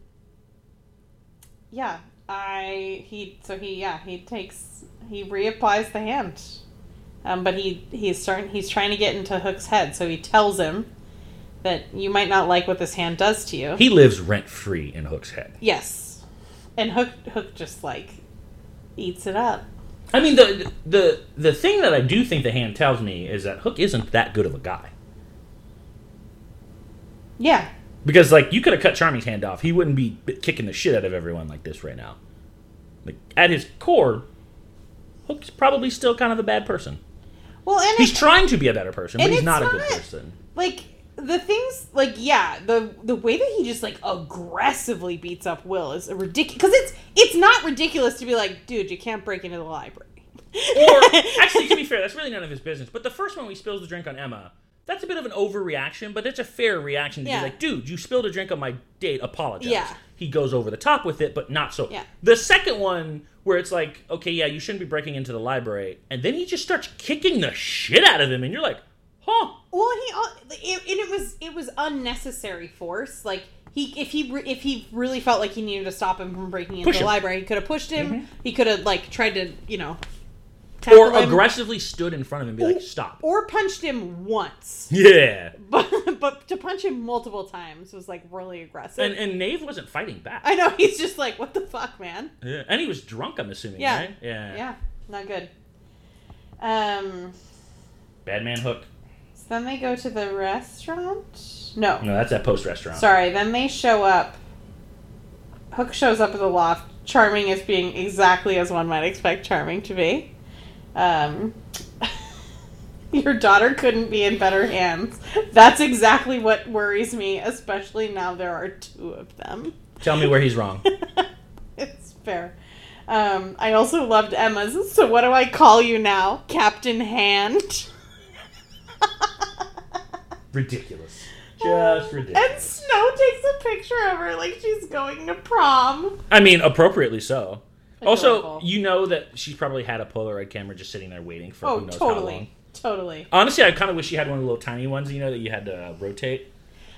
S1: Yeah, I he so he yeah he takes he reapplies the hand, um, but he he's starting he's trying to get into Hook's head, so he tells him that you might not like what this hand does to you.
S2: He lives rent free in Hook's head.
S1: yes, and Hook Hook just like eats it up.
S2: I mean, the the the thing that I do think the hand tells me is that Hook isn't that good of a guy.
S1: Yeah,
S2: Because like you could have cut Charming's hand off, he wouldn't be b- kicking the shit out of everyone like this right now. Like at his core, Hook's probably still kind of a bad person.
S1: well, and
S2: He's
S1: it-
S2: trying to be a better person, but
S1: And
S2: he's
S1: it's
S2: not, a good
S1: not-
S2: person.
S1: like the things like yeah the the way that he just like aggressively beats up will is ridiculous because it's it's not ridiculous to be like dude you can't break into the library
S2: Or actually, to be fair, that's really none of his business. But the first one, we spills the drink on Emma. That's a bit of an overreaction, but it's a fair reaction to
S1: Yeah.
S2: be like, dude, you spilled a drink on my date. Apologize.
S1: Yeah.
S2: He goes over the top with it, but not so.
S1: Yeah.
S2: The second one, where it's like, okay, yeah, you shouldn't be breaking into the library, and then he just starts kicking the shit out of him, and you're like, huh?
S1: well and he al- it, and it was it was unnecessary force like he if he re- if he really felt like he needed to stop him from breaking into
S2: Push
S1: the
S2: him. Mm-hmm.
S1: library he could have pushed him he could have like tried to you know
S2: Or
S1: tackle him,
S2: aggressively stood in front of him and be like, stop.
S1: or punched him once
S2: Yeah.
S1: but but to punch him multiple times was like really aggressive
S2: And and Nave wasn't fighting back.
S1: I know he's just like, what the fuck, man?
S2: Yeah. And he was drunk, I'm assuming,
S1: Yeah.
S2: right? Yeah.
S1: Yeah, not good. Um,
S2: Bad man hook.
S1: so then they go to the restaurant. No,
S2: No, that's that post restaurant.
S1: sorry. Then they show up. Hook shows up at the loft. Charming is being exactly as one might expect Charming to be. Um, your daughter couldn't be in better hands. That's exactly what worries me, especially now there are two of them.
S2: Tell me where he's wrong.
S1: it's fair. Um, I also loved Emma's. So what do I call you now, Captain Hand?
S2: ridiculous. Just
S1: And
S2: ridiculous.
S1: Snow takes a picture of her like she's going to prom.
S2: I mean, appropriately so. Also,
S1: Adorable.
S2: you know that she's probably had a Polaroid camera just sitting there waiting for
S1: Oh,
S2: who knows how long.
S1: totally, totally.
S2: Honestly, I kind of wish she had one of the little tiny ones, you know, that you had to uh, rotate.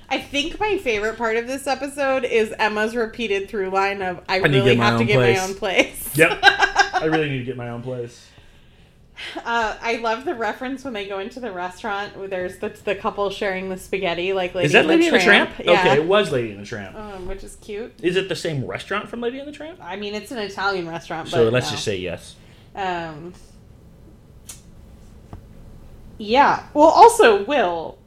S1: I think my favorite part of this episode is Emma's repeated through line of "I,
S2: need to
S1: really
S2: get my
S1: have to
S2: own
S1: get
S2: place."
S1: my own place."
S2: Yep. I really need to get my own place.
S1: Uh, I love the reference when they go into the restaurant. Where there's the, the couple sharing the spaghetti, like Lady
S2: Is that Lady and the Tramp? Okay,
S1: Yeah,
S2: it was Lady and the Tramp.
S1: um, which is cute.
S2: Is it the same restaurant from Lady and the Tramp?
S1: I mean, it's an Italian restaurant,
S2: So
S1: but
S2: let's
S1: no.
S2: just say yes.
S1: Um, yeah. Well, also Will.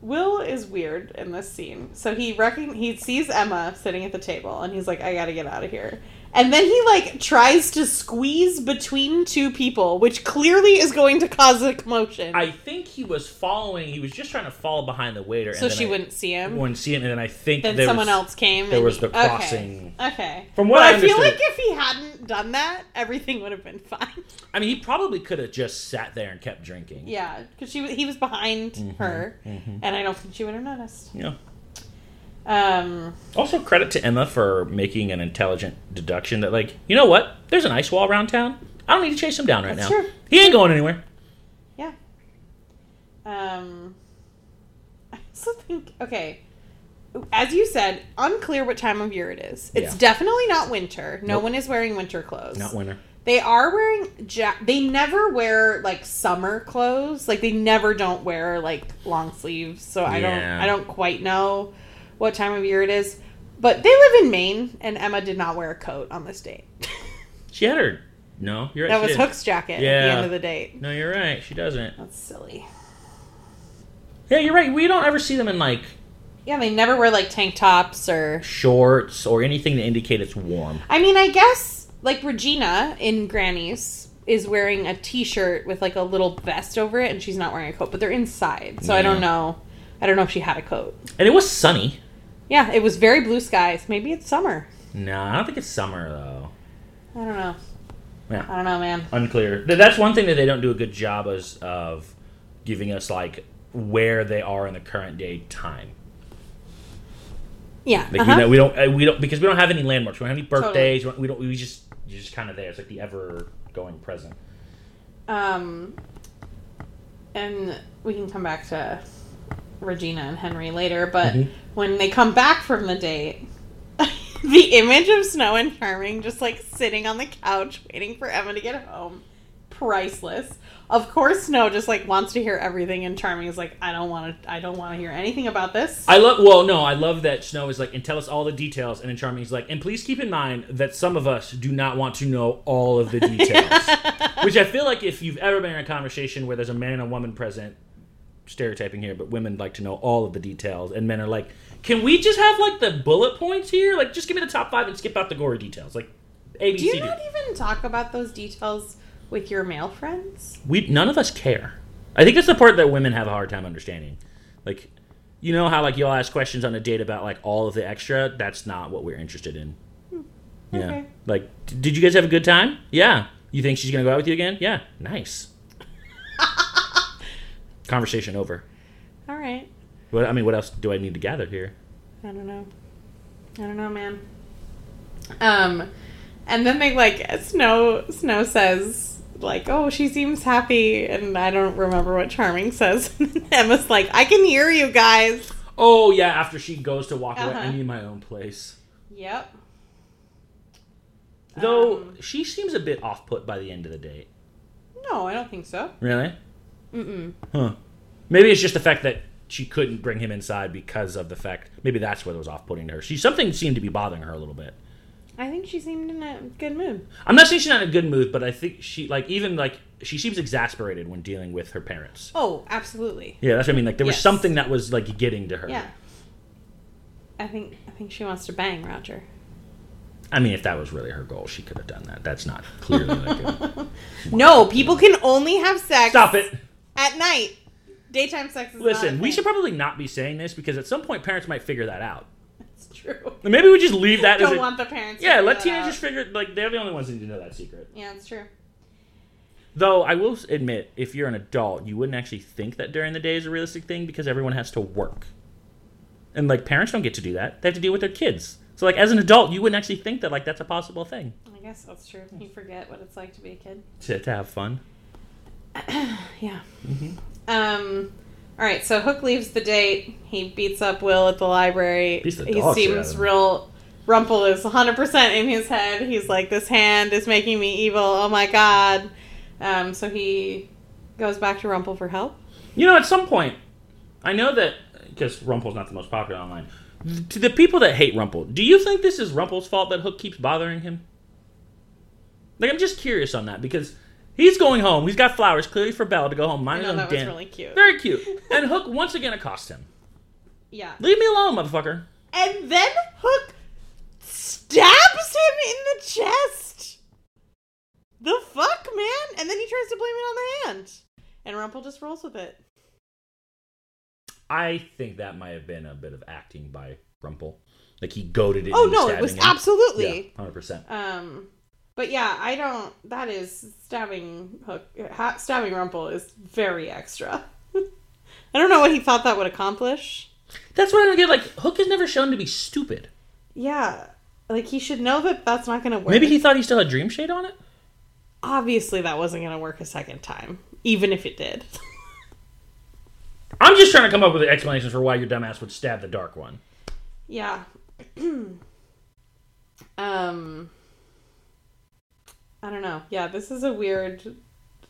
S1: Will is weird in this scene. So he recon- he sees Emma sitting at the table, and he's like, "I gotta get out of here." And then he like tries to squeeze between two people, which clearly is going to cause a commotion.
S2: I think he was following. He was just trying to follow behind the waiter.
S1: so
S2: and then
S1: she
S2: I
S1: wouldn't see him.
S2: wouldn't see him, and then I think
S1: then
S2: there
S1: someone
S2: was-
S1: else came.
S2: there
S1: and
S2: was
S1: he-
S2: the
S1: okay.
S2: crossing.
S1: Okay.
S2: From what
S1: But
S2: I
S1: I feel like
S2: understood-
S1: if he hadn't done that, everything would have been fine.
S2: I mean, he probably could have just sat there and kept drinking.
S1: Yeah, because she was- he was behind
S2: Mm-hmm,
S1: her, and I don't think she would have noticed.
S2: Yeah.
S1: Um,
S2: Also, credit to Emma for making an intelligent deduction that, like, you know what? There's an ice wall around town. I don't need to chase him down right
S1: That's
S2: now.
S1: true.
S2: He ain't going anywhere.
S1: yeah. Um, I also think okay, as you said, unclear what time of year it is. It's
S2: Yeah.
S1: definitely not winter. No
S2: Nope.
S1: one is wearing winter clothes.
S2: Not winter.
S1: They are wearing ja- they never wear like summer clothes. Like they never don't wear like long sleeves. So I
S2: Yeah.
S1: don't I don't quite know what time of year it is. But they live in Maine and Emma did not wear a coat on this date.
S2: She had her. No, you're right.
S1: that
S2: she
S1: was
S2: did.
S1: Hook's jacket at the
S2: Yeah.
S1: end of the date.
S2: No, you're right. She doesn't.
S1: That's silly.
S2: Yeah, you're right. We don't ever see them in like
S1: Yeah, they never wear like tank tops or
S2: shorts or anything to indicate it's warm.
S1: I mean, I guess like Regina in Granny's is wearing a t-shirt with like a little vest over it and she's not wearing a coat, but they're inside. So I don't
S2: Yeah.
S1: know. I don't know if she had a coat.
S2: And it was sunny.
S1: Yeah, it was very blue skies. Maybe it's summer.
S2: No, I don't think it's summer though.
S1: I don't know.
S2: Yeah.
S1: I don't know, man.
S2: unclear. Th- That's one thing that they don't do a good job is of giving us like where they are in the current day time.
S1: Yeah.
S2: Like
S1: uh-huh.
S2: you know, we don't uh, we don't because we don't have any landmarks. We don't have any birthdays. We don't. We just you're just kind of there. It's like the ever going present.
S1: um, and we can come back to Regina and Henry later, but
S2: Mhm.
S1: when they come back from the date, the image of Snow and Charming just like sitting on the couch waiting for Emma to get home, priceless. Of course, Snow just like wants to hear everything, and Charming is like, I don't want to, I don't want to hear anything about this.
S2: I love. Well, no, I love that Snow is like, and tell us all the details. And then Charming's like, and please keep in mind that some of us do not want to know all of the details. Which I feel like if you've ever been in a conversation where there's a man and a woman present, stereotyping here, but women like to know all of the details, and men are like, can we just have like the bullet points here? Like, just give me the top five and skip out the gory details. Like, A B
S1: Do you
S2: C D.
S1: not even talk about those details with your male friends?
S2: We none of us care. I think that's the part that women have a hard time understanding. Like, you know how like you'll ask questions on a date about like all of the extra. That's not what we're interested in. Yeah.
S1: okay.
S2: Like, "D- did you guys have a good time? Yeah. You think she's gonna go out with you again? Yeah. Nice. Conversation over.
S1: All right.
S2: What I mean, what else do I need to gather here?
S1: I don't know. I don't know, man. Um, and then they like Snow. Snow says like, "Oh, she seems happy," and I don't remember what Charming says. Emma's like, "I can hear you guys."
S2: Oh yeah, after she goes to walk away, I
S1: Uh-huh.
S2: need my own place.
S1: Yep.
S2: Though
S1: Um,
S2: she seems a bit off put by the end of the date.
S1: no, I don't think so.
S2: Really?
S1: Mm-mm.
S2: Huh. Maybe it's just the fact that she couldn't bring him inside because of the fact. Maybe that's what was off-putting to her. She something seemed to be bothering her a little bit.
S1: I think she seemed in a good mood.
S2: I'm not saying she's not in a good mood, but I think she like even like she seems exasperated when dealing with her parents.
S1: Oh, absolutely.
S2: Yeah, that's what I mean. Like there was
S1: Yes.
S2: something that was like getting to her.
S1: Yeah. I think I think she wants to bang Roger.
S2: I mean, if that was really her goal, she could have done that. That's not clearly like a,
S1: No, people can only have sex.
S2: stop it.
S1: at night. Daytime sex is
S2: Listen, we should
S1: probably
S2: probably not be saying this because at some point parents might figure that out.
S1: It's true.
S2: And Maybe we just leave that as
S1: Don't
S2: a,
S1: want the parents. to
S2: yeah.
S1: figure
S2: Let
S1: that out.
S2: teenagers figure it. Like they're the only ones that need to know that secret.
S1: Yeah, it's true.
S2: Though I will admit, if you're an adult, you wouldn't actually think that during the day is a realistic thing because everyone has to work. And like parents don't get to do that. They have to deal with their kids. So like as an adult, you wouldn't actually think that like that's a possible thing
S1: I guess that's true. You forget what it's like to be a kid.
S2: to, to have fun.
S1: Yeah.
S2: Mm-hmm.
S1: Um. All right. So Hook leaves the date. He beats up Will at the library.
S2: Beats the
S1: he
S2: dog shit out
S1: seems
S2: of him.
S1: real. Rumple is 100% in his head. He's like, this hand is making me evil. Oh my god. Um, so he goes back to Rumple for help.
S2: You know, at some point, I know that because Rumple's not the most popular online. To the people that hate Rumple, do you think this is Rumple's fault that Hook keeps bothering him? Like I'm just curious on that because he's going home. He's got flowers clearly for Belle to go home.
S1: I
S2: Mine
S1: know
S2: is
S1: that
S2: on
S1: was
S2: Dan-
S1: really cute.
S2: Very cute. And Hook once again accosts him.
S1: Yeah.
S2: Leave me alone, motherfucker.
S1: And then Hook stabs him in the chest. The fuck, man? And then he tries to blame it on the hand. And Rumpel just rolls with it.
S2: I think that might have been a bit of acting by Rumple. Like he goaded it.
S1: oh
S2: into
S1: no, it
S2: stabbing
S1: was
S2: him.
S1: absolutely.
S2: hundred percent.
S1: Um but yeah, I don't that is stabbing Hook ha- stabbing Rumpel is very extra. I don't know what he thought that would accomplish.
S2: That's what I don't get. Like Hook is never shown to be stupid.
S1: Yeah. Like he should know that that's not going to work.
S2: Maybe he thought he still had Dream Shade on it.
S1: obviously that wasn't going to work a second time, even if it did.
S2: I'm just trying to come up with explanations for why your dumbass would stab the dark one.
S1: Yeah. um I don't know. Yeah, this is a weird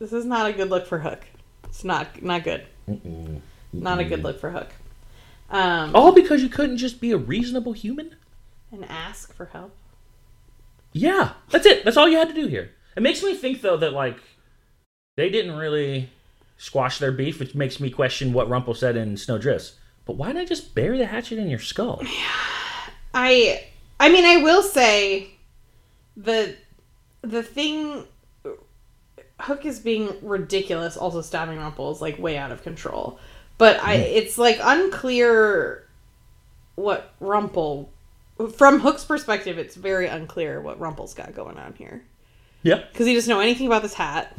S1: this is not a good look for Hook. It's not not good. Not a good look for Hook. Um
S2: All because you couldn't just be a reasonable human.
S1: and ask for help.
S2: Yeah, that's it. That's all you had to do here. It makes me think though that like they didn't really squash their beef, which makes me question what Rumpel said in Snowdrifts. But why not just bury the hatchet in your skull?
S1: I I mean I will say the the thing Hook is being ridiculous also stabbing Rumpel is like way out of control. But I it's like unclear what Rumpel from Hook's perspective it's very unclear what Rumpel's got going on here.
S2: Yep.
S1: Cuz he doesn't know anything about this hat.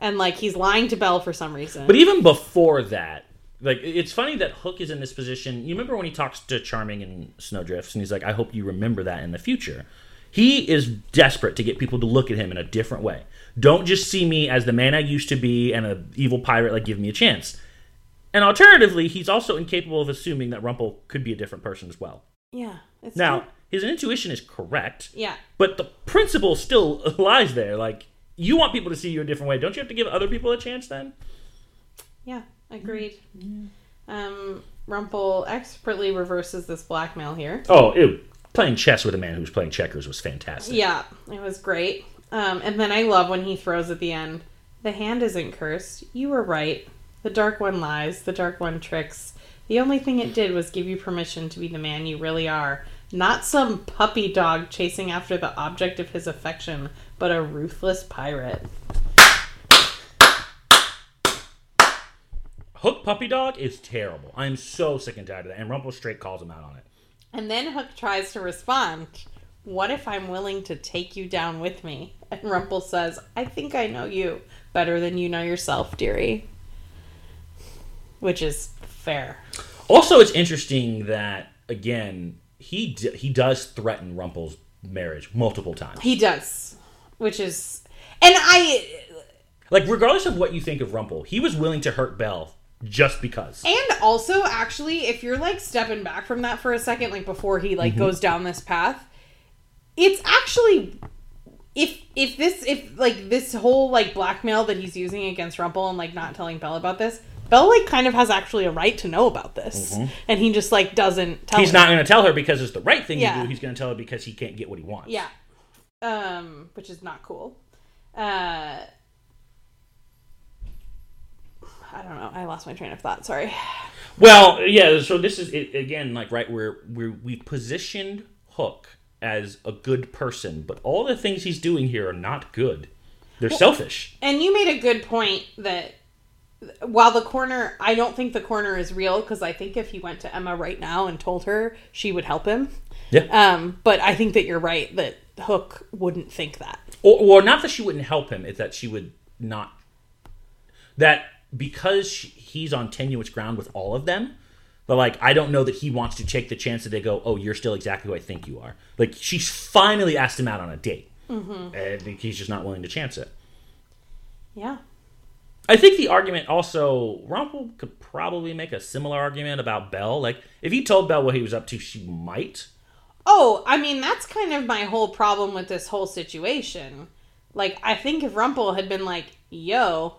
S1: And like he's lying to Belle for some reason.
S2: But even before that, Like it- it's funny that Hook is in this position. You remember when he talks to Charming and Snowdrifts, and he's like, "I hope you remember that in the future." He is desperate to get people to look at him in a different way. Don't just see me as the man I used to be and an evil pirate. Like, give me a chance. And alternatively, he's also incapable of assuming that Rumpel could be a different person as well.
S1: Yeah. It's
S2: Now,
S1: true.
S2: his intuition is correct.
S1: Yeah.
S2: But the principle still lies there. Like, you want people to see you a different way. Don't you have to give other people a chance then?
S1: Yeah. Agreed. Um, Rumpel expertly reverses this blackmail here.
S2: Oh, ew. Playing chess with a man who was playing checkers was fantastic.
S1: Yeah, it was great. Um, and then I love when he throws at the end. The hand isn't cursed. You were right. The dark one lies. The dark one tricks. The only thing it did was give you permission to be the man you really are. Not some puppy dog chasing after the object of his affection, but a ruthless pirate.
S2: Hook Puppy Dog is terrible. I am so sick and tired of that. And Rumpel straight calls him out on it.
S1: And then Hook tries to respond. What if I'm willing to take you down with me? And Rumple says, I think I know you better than you know yourself, dearie. Which is fair.
S2: Also, it's interesting that, again, he d- he does threaten Rumpel's marriage multiple times.
S1: He does. Which is. And I.
S2: Like, regardless of what you think of Rumpel, he was willing to hurt Belle just because.
S1: And also, actually, if you're like stepping back from that for a second, like before he
S2: Mm-hmm.
S1: like goes down this path, it's actually if if this if like this whole like blackmail that he's using against Rumple and like not telling Bell about this, Bell like kind of has actually a right to know about this, and he just like doesn't tell.
S2: Mm-hmm. He's
S1: her.
S2: not going to tell her because it's the right thing
S1: Yeah.
S2: to do. He's going to tell her because he can't get what he wants.
S1: Yeah. Um, which is not cool. Uh, I don't know. I lost my train of thought. Sorry.
S2: Well, yeah. So this is it, again like right where we we positioned Hook as a good person, but all the things he's doing here are not good. They're selfish.
S1: And you made a good point that while the corner, I don't think the corner is real because I think if he went to Emma right now and told her, she would help him.
S2: Yeah.
S1: Um, but I think that you're right that Hook wouldn't think that.
S2: or, or not that she wouldn't help him, it's that she would not. That because she, he's on tenuous ground with all of them, but like I don't know that he wants to take the chance that they go, oh, you're still exactly who I think you are. Like she's finally asked him out on a date, mm-hmm. and he's just not willing to chance it.
S1: Yeah.
S2: I think the argument also Rumpel could probably make a similar argument about Bell. Like if he told Bell what he was up to, she might.
S1: Oh, I mean, that's kind of my whole problem with this whole situation. Like, I think if Rumple had been like, yo,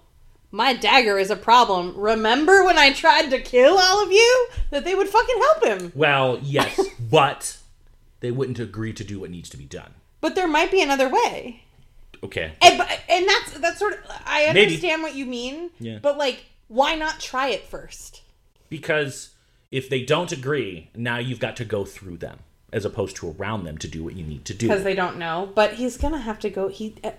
S1: my dagger is a problem. Remember when I tried to kill all of you? That they would fucking help him.
S2: Well, yes, but they wouldn't agree to do what needs to be done.
S1: But there might be another way.
S2: Okay.
S1: And, but- and that's that's sort of I
S2: Maybe.
S1: understand what you mean.
S2: Yeah.
S1: But like, why not try it first?
S2: Because if they don't agree, now you've got to go through them as opposed to around them to do what you need to do.
S1: Because they don't know. But he's gonna have to go. He uh,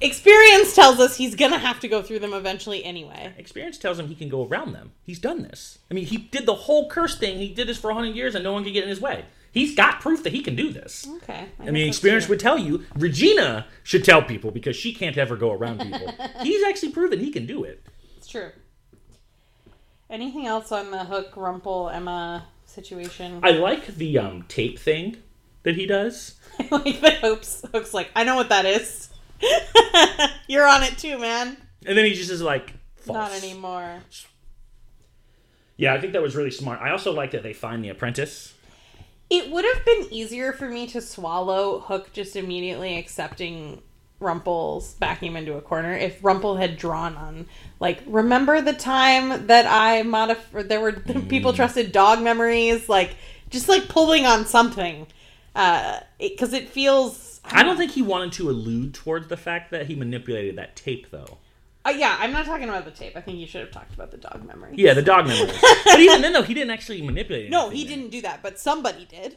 S1: experience tells us he's gonna have to go through them eventually anyway.
S2: Experience tells him he can go around them. He's done this. I mean, he did the whole curse thing. He did this for 100 years and no one could get in his way. He's got proof that he can do this.
S1: Okay.
S2: I mean, experience would tell you. Regina should tell people because she can't ever go around people. He's actually proven he can do it.
S1: It's true. Anything else on the Hook Rumple Emma situation?
S2: I like the um, tape thing that he does.
S1: I like the hooks. Hook's like, I know what that is. You're on it too, man.
S2: And then he just is like, false.
S1: Not anymore.
S2: Yeah, I think that was really smart. I also like that they find the apprentice.
S1: It would have been easier for me to swallow Hook just immediately accepting Rumple's backing him into a corner if Rumple had drawn on like remember the time that I modif there were
S2: Mm.
S1: people trusted dog memories like just like pulling on something uh because it, feels
S2: I don't think he wanted to allude towards the fact that he manipulated that tape, though.
S1: uh, yeah I'm not talking about the tape I think you should have talked about the dog memory
S2: Yeah, the dog memory. but even then, though, he didn't actually manipulate it.
S1: no he didn't do that but somebody did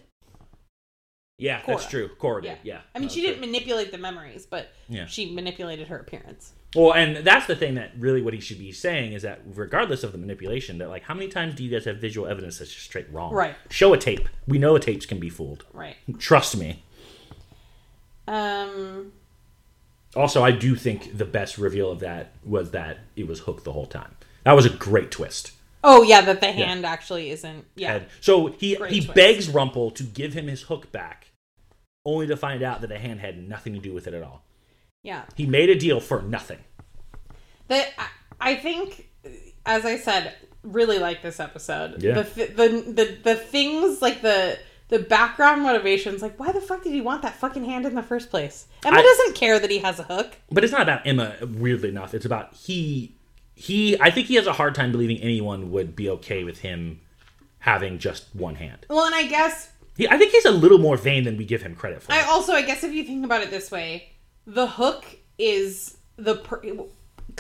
S2: Yeah, that's
S1: Cora.
S2: true. Cora did.
S1: yeah
S2: Yeah. yeah.
S1: I mean
S2: No,
S1: she
S2: true.
S1: didn't manipulate the memories but
S2: Yeah.
S1: she manipulated her appearance
S2: Well, and that's the thing that really what he should be saying is that regardless of the manipulation, that like how many times do you guys have visual evidence that's just straight wrong?
S1: Right.
S2: Show a tape. We know tapes can be fooled.
S1: right
S2: Trust me.
S1: Um,
S2: Also, I do think the best reveal of that was that it was Hook the whole time. That was a great twist.
S1: Oh yeah, that the hand actually isn't. Yeah,
S2: head. So he
S1: Great
S2: he
S1: choice.
S2: begs Rumple to give him his hook back, only to find out that the hand had nothing to do with it at all.
S1: yeah.
S2: He made a deal for nothing.
S1: That I think, as I said, really like this episode.
S2: Yeah.
S1: The, thi- the the the things like the the background motivations, like why the fuck did he want that fucking hand in the first place? Emma
S2: I-
S1: doesn't care that he has a hook.
S2: But it's not about Emma. Weirdly enough, it's about he he. I think he has a hard time believing anyone would be okay with him having just one hand.
S1: Well, and I guess
S2: He, I think he's a little more vain than we give him credit for.
S1: I also I guess if you think about it this way, the hook is the per-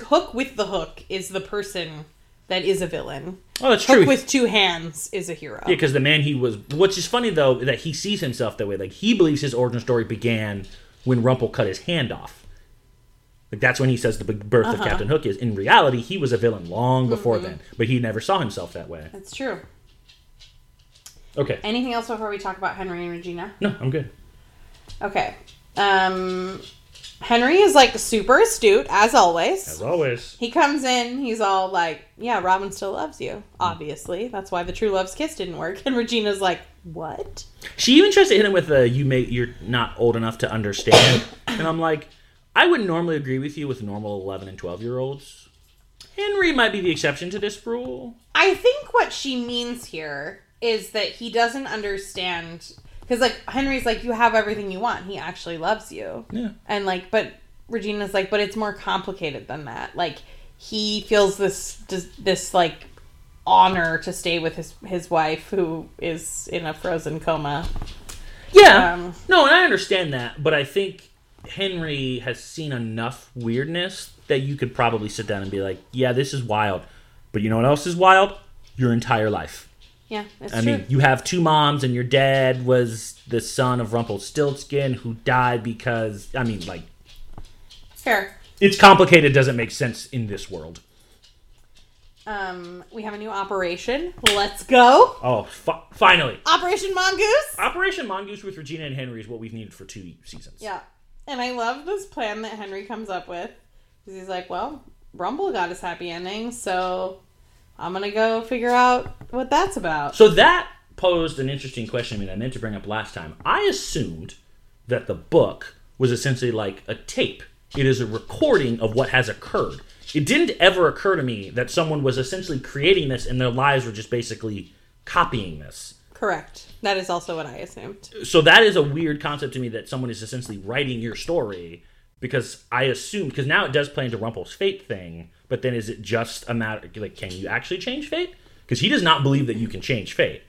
S1: hook with the hook is the person that is a villain.
S2: oh, that's
S1: Hook
S2: true.
S1: with two hands is a hero.
S2: Yeah, because the man he was. Which is funny though that he sees himself that way. Like he believes his origin story began when Rumple cut his hand off. Like that's when he says the b- birth of Captain Hook is. In reality, he was a villain long before then, but he never saw himself that way.
S1: That's true.
S2: Okay.
S1: Anything else before we talk about Henry and Regina?
S2: No, I'm good.
S1: Okay. Um Henry is like super astute as always.
S2: As always.
S1: he comes in, he's all like, "Yeah, Robin still loves
S2: Hmm.
S1: you." Obviously, that's why the true love's kiss didn't work. And Regina's like, "What?"
S2: She even tries to hit him with a "you may you're not old enough to understand," and I'm like, I would normally agree with you with normal 11 and 12 year olds. Henry might be the exception to this rule.
S1: I think what she means here is that he doesn't understand because like Henry's like, "You have everything you want." He actually loves you.
S2: Yeah.
S1: And like, but Regina's like, but it's more complicated than that. Like, he feels this this, this like honor to stay with his his wife who is in a frozen coma.
S2: Yeah.
S1: Um,
S2: no, and I understand that, but I think Henry has seen enough weirdness that you could probably sit down and be like, yeah, this is wild. But you know what else is wild? Your entire life.
S1: Yeah, it's
S2: I
S1: true.
S2: mean, you have two moms, and your dad was the son of Rumpelstiltskin who died because, I mean, like,
S1: Fair.
S2: it's complicated, doesn't make sense in this world.
S1: Um, we have a new operation. Let's go,
S2: Oh, fi- finally.
S1: Operation Mongoose.
S2: Operation Mongoose with Regina and Henry is what we've needed for two seasons.
S1: Yeah. And I love this plan that Henry comes up with. Because he's like, well, Rumble got his happy ending, so I'm going to go figure out what that's about.
S2: So that posed an interesting question to me that I meant to bring up last time. I assumed that the book was essentially like a tape. It is a recording of what has occurred. It didn't ever occur to me that someone was essentially creating this and their lives were just basically copying this.
S1: Correct. That is also what I assumed.
S2: So that is a weird concept to me that someone is essentially writing your story because I assumed because now it does play into Rumple's fate thing, but then is it just a matter like can you actually change fate? Because he does not believe that you can change fate.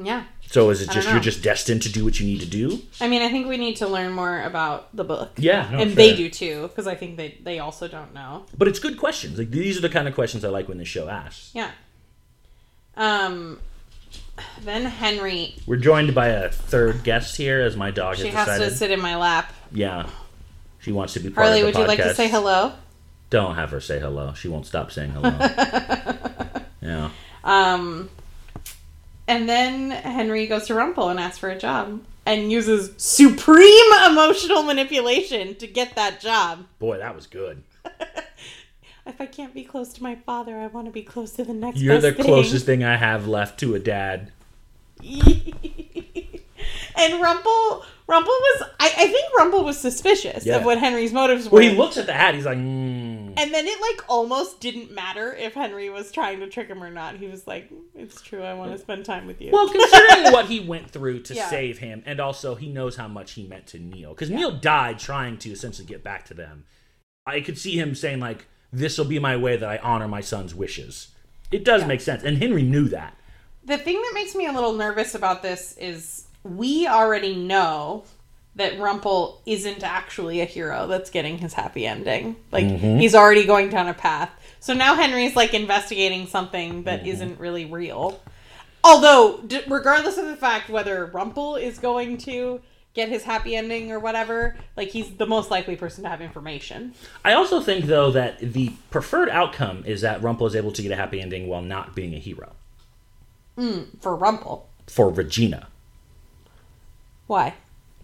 S1: Yeah.
S2: So is it
S1: I
S2: just
S1: don't
S2: you're
S1: know.
S2: just destined to do what you need to do?
S1: I mean, I think we need to learn more about the book.
S2: Yeah,
S1: and they do too, because I think they, they also don't know.
S2: But it's good questions. Like these are the kind of questions I like when this show asks.
S1: Yeah. Um. Then Henry,
S2: We're joined by a third guest here, as my dog
S1: she
S2: has
S1: has
S2: decided.
S1: to sit in my lap.
S2: yeah, she wants to be part
S1: Harley,
S2: of the
S1: would you like to
S2: podcast.
S1: say hello?
S2: Don't have her say hello. She won't stop saying hello. yeah.
S1: Um, and then Henry goes to Rumple and asks for a job and uses supreme emotional manipulation to get that job.
S2: Boy, that was good.
S1: If I can't be close to my father, I want to be close to the next.
S2: You're
S1: best
S2: the
S1: thing.
S2: closest thing I have left to a dad.
S1: and Rumple, Rumple was. I, I think Rumple was suspicious
S2: Yeah.
S1: of what Henry's motives were.
S2: Well, he looks at the hat. He's like, mm.
S1: and then it like almost didn't matter if Henry was trying to trick him or not. He was like, "It's true. I want to spend time with you."
S2: well, considering what he went through to
S1: Yeah.
S2: save him, and also he knows how much he meant to Neil, because Neil died trying to essentially get back to them. I could see him saying like, "This will be my way that I honor my son's wishes." It does make sense, and Henry knew that.
S1: The thing that makes me a little nervous about this is we already know that Rumple isn't actually a hero that's getting his happy ending. Like he's already going down a path. So now Henry's like investigating something that not really real. Although, d- regardless of the fact whether Rumple is going to get his happy ending or whatever, like he's the most likely person to have information.
S2: I also think though that the preferred outcome is that Rumpel is able to get a happy ending while not being a hero
S1: For Rumple.
S2: for Regina.
S1: Why?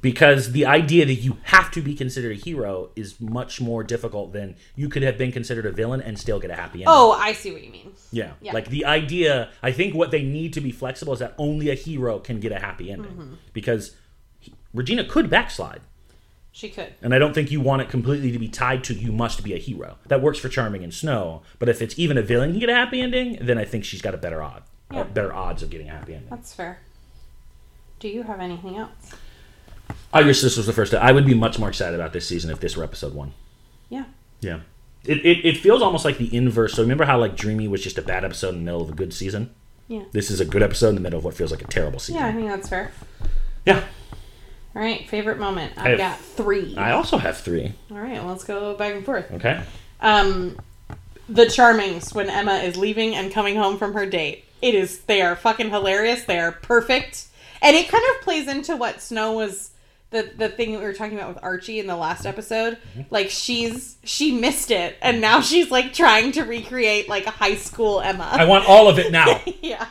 S2: because the idea that you have to be considered a hero is much more difficult than you could have been considered a villain and still get a happy ending.
S1: Oh, I see what you mean.
S2: yeah.
S1: yeah.
S2: Like the idea, I think what they need to be flexible is that only a hero can get a happy ending
S1: Mm-hmm.
S2: because he- Regina could backslide.
S1: She could.
S2: And I don't think you want it completely to be tied to you must be a hero. That works for Charming and Snow, but if it's even a villain can get a happy ending, then I think she's got a better odd,
S1: Yeah.
S2: better odds of getting a happy ending.
S1: That's fair. Do you have anything else?
S2: I wish this was the first. I would be much more excited about this season if this were episode one.
S1: Yeah.
S2: Yeah. It, it, it feels almost like the inverse. So remember how like Dreamy was just a bad episode in the middle of a good season?
S1: Yeah.
S2: This is a good episode in the middle of what feels like a terrible
S1: Yeah, I
S2: season.
S1: think that's fair.
S2: Yeah.
S1: All right, favorite moment.
S2: I
S1: I've got
S2: have-
S1: three.
S2: I also have three.
S1: All right, well, let's go back and forth.
S2: Okay.
S1: Um, the Charmings when Emma is leaving and coming home from her date. It is. They are fucking hilarious. They are perfect, and it kind of plays into what Snow was the the thing that we were talking about with Archie in the last episode.
S2: Mm-hmm.
S1: Like she's she missed it, and now she's like trying to recreate like a high school
S2: I
S1: Emma.
S2: want all of it now.
S1: yeah.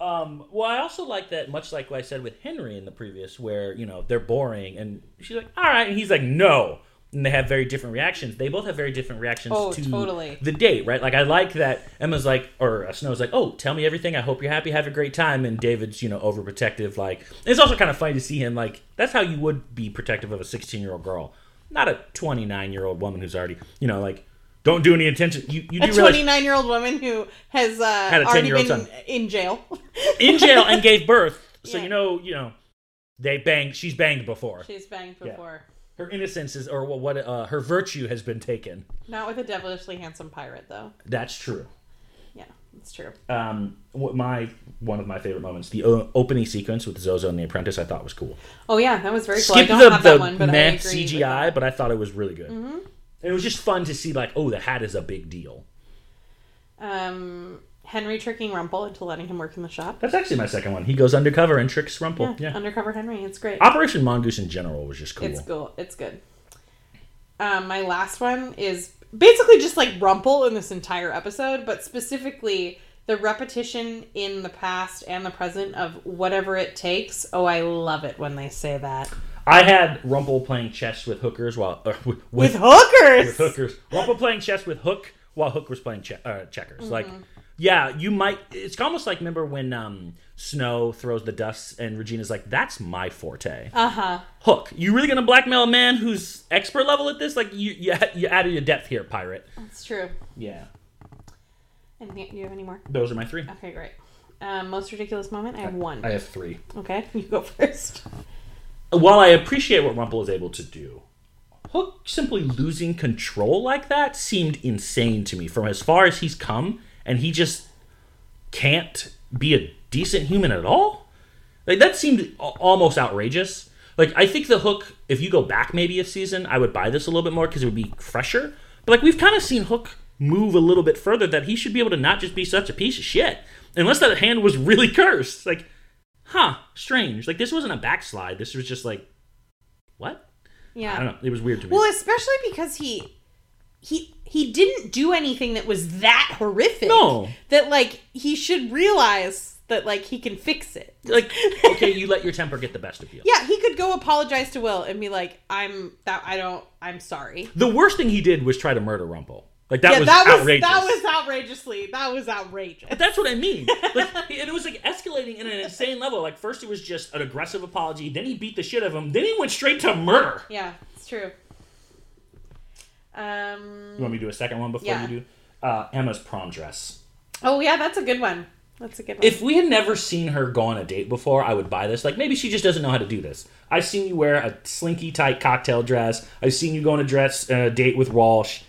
S2: Um, well, I also like that, much like what I said with Henry in the previous, where you know they're boring, and she's like, "All right," and he's like, "No," and they have very different reactions. They both have very different reactions
S1: Oh,
S2: to
S1: totally.
S2: the date, right? Like, I like that Emma's like, or uh, Snow's like, "Oh, tell me everything. I hope you're happy. Have a great time." And David's, you know, overprotective. Like, it's also kind of funny to see him. Like, that's how you would be protective of a 16 year old girl, not a 29 year old woman who's already, you know, like, don't do any attention. You, you do
S1: A
S2: realize
S1: 29 year old woman who has
S2: Had
S1: uh,
S2: a
S1: already
S2: 10-year-old
S1: been
S2: son.
S1: in jail.
S2: in jail and gave birth. So
S1: Yeah.
S2: you know, you know, they banged. She's banged before.
S1: She's banged before.
S2: Her innocence is, or what, what uh, her virtue has been taken.
S1: Not with a devilishly handsome pirate, though.
S2: That's true.
S1: Yeah, that's true.
S2: Um, what my one of my favorite moments, the o- opening sequence with Zozo and the Apprentice, I thought was cool.
S1: Oh yeah, that was very cool. I
S2: Skip
S1: don't
S2: the
S1: have
S2: the
S1: that one, but I
S2: meh
S1: agree. with Mm-hmm.
S2: CGI, but I thought it was really good. It was just fun to see, like, oh, the hat is a big deal.
S1: um, Henry tricking Rumple into letting him work in the shop.
S2: That's actually my second one. He goes undercover and tricks
S1: Yeah,
S2: Rumple. Yeah.
S1: undercover Henry. It's great.
S2: Operation Mongoose in general was just cool.
S1: It's cool. It's good. Um, my last one is basically just like Rumple in this entire episode, but specifically the repetition in the past and the present of whatever it takes. Oh, I love it when they say that
S2: I had Rumple playing chess with hookers while uh, with,
S1: with hookers.
S2: with hookers. Rumple playing chess with Hook while Hook was playing che- uh, checkers. Like, yeah, you might. It's almost like remember when um, Snow throws the dust and Regina's like, "That's my forte."
S1: Uh huh.
S2: Hook, you really gonna blackmail a man who's expert level at this? Like, you you you out of your depth here, pirate.
S1: That's true.
S2: Yeah,
S1: And do you have any more?
S2: those are my three.
S1: Okay, great. Um, most ridiculous moment. I have one.
S2: I have three.
S1: Okay, you go first.
S2: While I appreciate what Rumple is able to do, Hook simply losing control like that seemed insane to me from as far as he's come, and he just can't be a decent human at all. Like that seemed a- almost outrageous. Like I think the Hook, if you go back maybe a season, I would buy this a little bit more because it would be fresher. But like we've kind of seen Hook move a little bit further that he should be able to not just be such a piece of shit, unless that hand was really cursed. Like, huh, strange. Like this wasn't a backslide. This was just like, what?
S1: Yeah.
S2: I don't know. It was weird to me.
S1: Well, especially because he he he didn't do anything that was that horrific.
S2: No.
S1: That like he should realize that like he can fix it.
S2: like, okay, you let your temper get the best of you.
S1: Yeah, he could go apologize to Will and be like, "I'm that I don't I'm sorry."
S2: The worst thing he did was try to murder Rumple. Like that
S1: yeah,
S2: was
S1: that was
S2: outrageous.
S1: that was outrageously. That was outrageous.
S2: That's what I mean. Like, and it was like escalating in an insane level. Like first it was just an aggressive apology, then he beat the shit out of him, then he went straight to murder.
S1: Yeah, it's true.
S2: You
S1: Um
S2: want me to do a second one before
S1: Yeah.
S2: you do? Uh, Emma's prom dress.
S1: Oh yeah, that's a good one. That's a good one.
S2: If we had never seen her go on a date before, I would buy this. Like maybe she just doesn't know how to do this. I've seen you wear a slinky tight cocktail dress. I've seen you go on a dress uh, date with Walsh.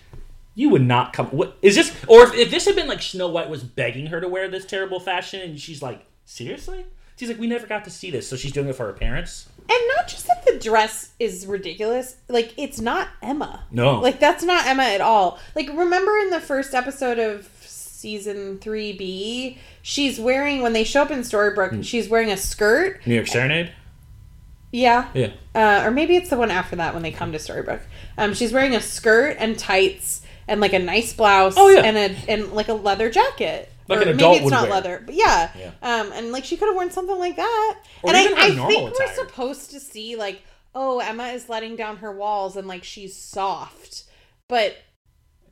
S2: You would not come. What is this? Or if, if this had been like Snow White was begging her to wear this terrible fashion, and she's like, seriously? She's like, we never got to see this, so she's doing it for her parents.
S1: And not just that the dress is ridiculous, like it's not Emma.
S2: No.
S1: Like that's not Emma at all. Like remember in the first episode of season 3B, she's wearing when they show up in Storybrooke, she's wearing a skirt.
S2: New York Serenade.
S1: Yeah.
S2: Yeah.
S1: Uh, or maybe it's the one after that when they come to Storybrooke. Um, she's wearing a skirt and tights and like a nice blouse
S2: Oh, yeah.
S1: and a and like a leather jacket.
S2: Like
S1: or
S2: an
S1: maybe
S2: adult
S1: it's
S2: would
S1: not
S2: wear.
S1: leather, but yeah.
S2: Yeah.
S1: Um, and like she could have worn something like that.
S2: Or
S1: and
S2: even her
S1: I, I
S2: normal
S1: think
S2: attire.
S1: we're supposed to see like oh, Emma is letting down her walls and like she's soft. But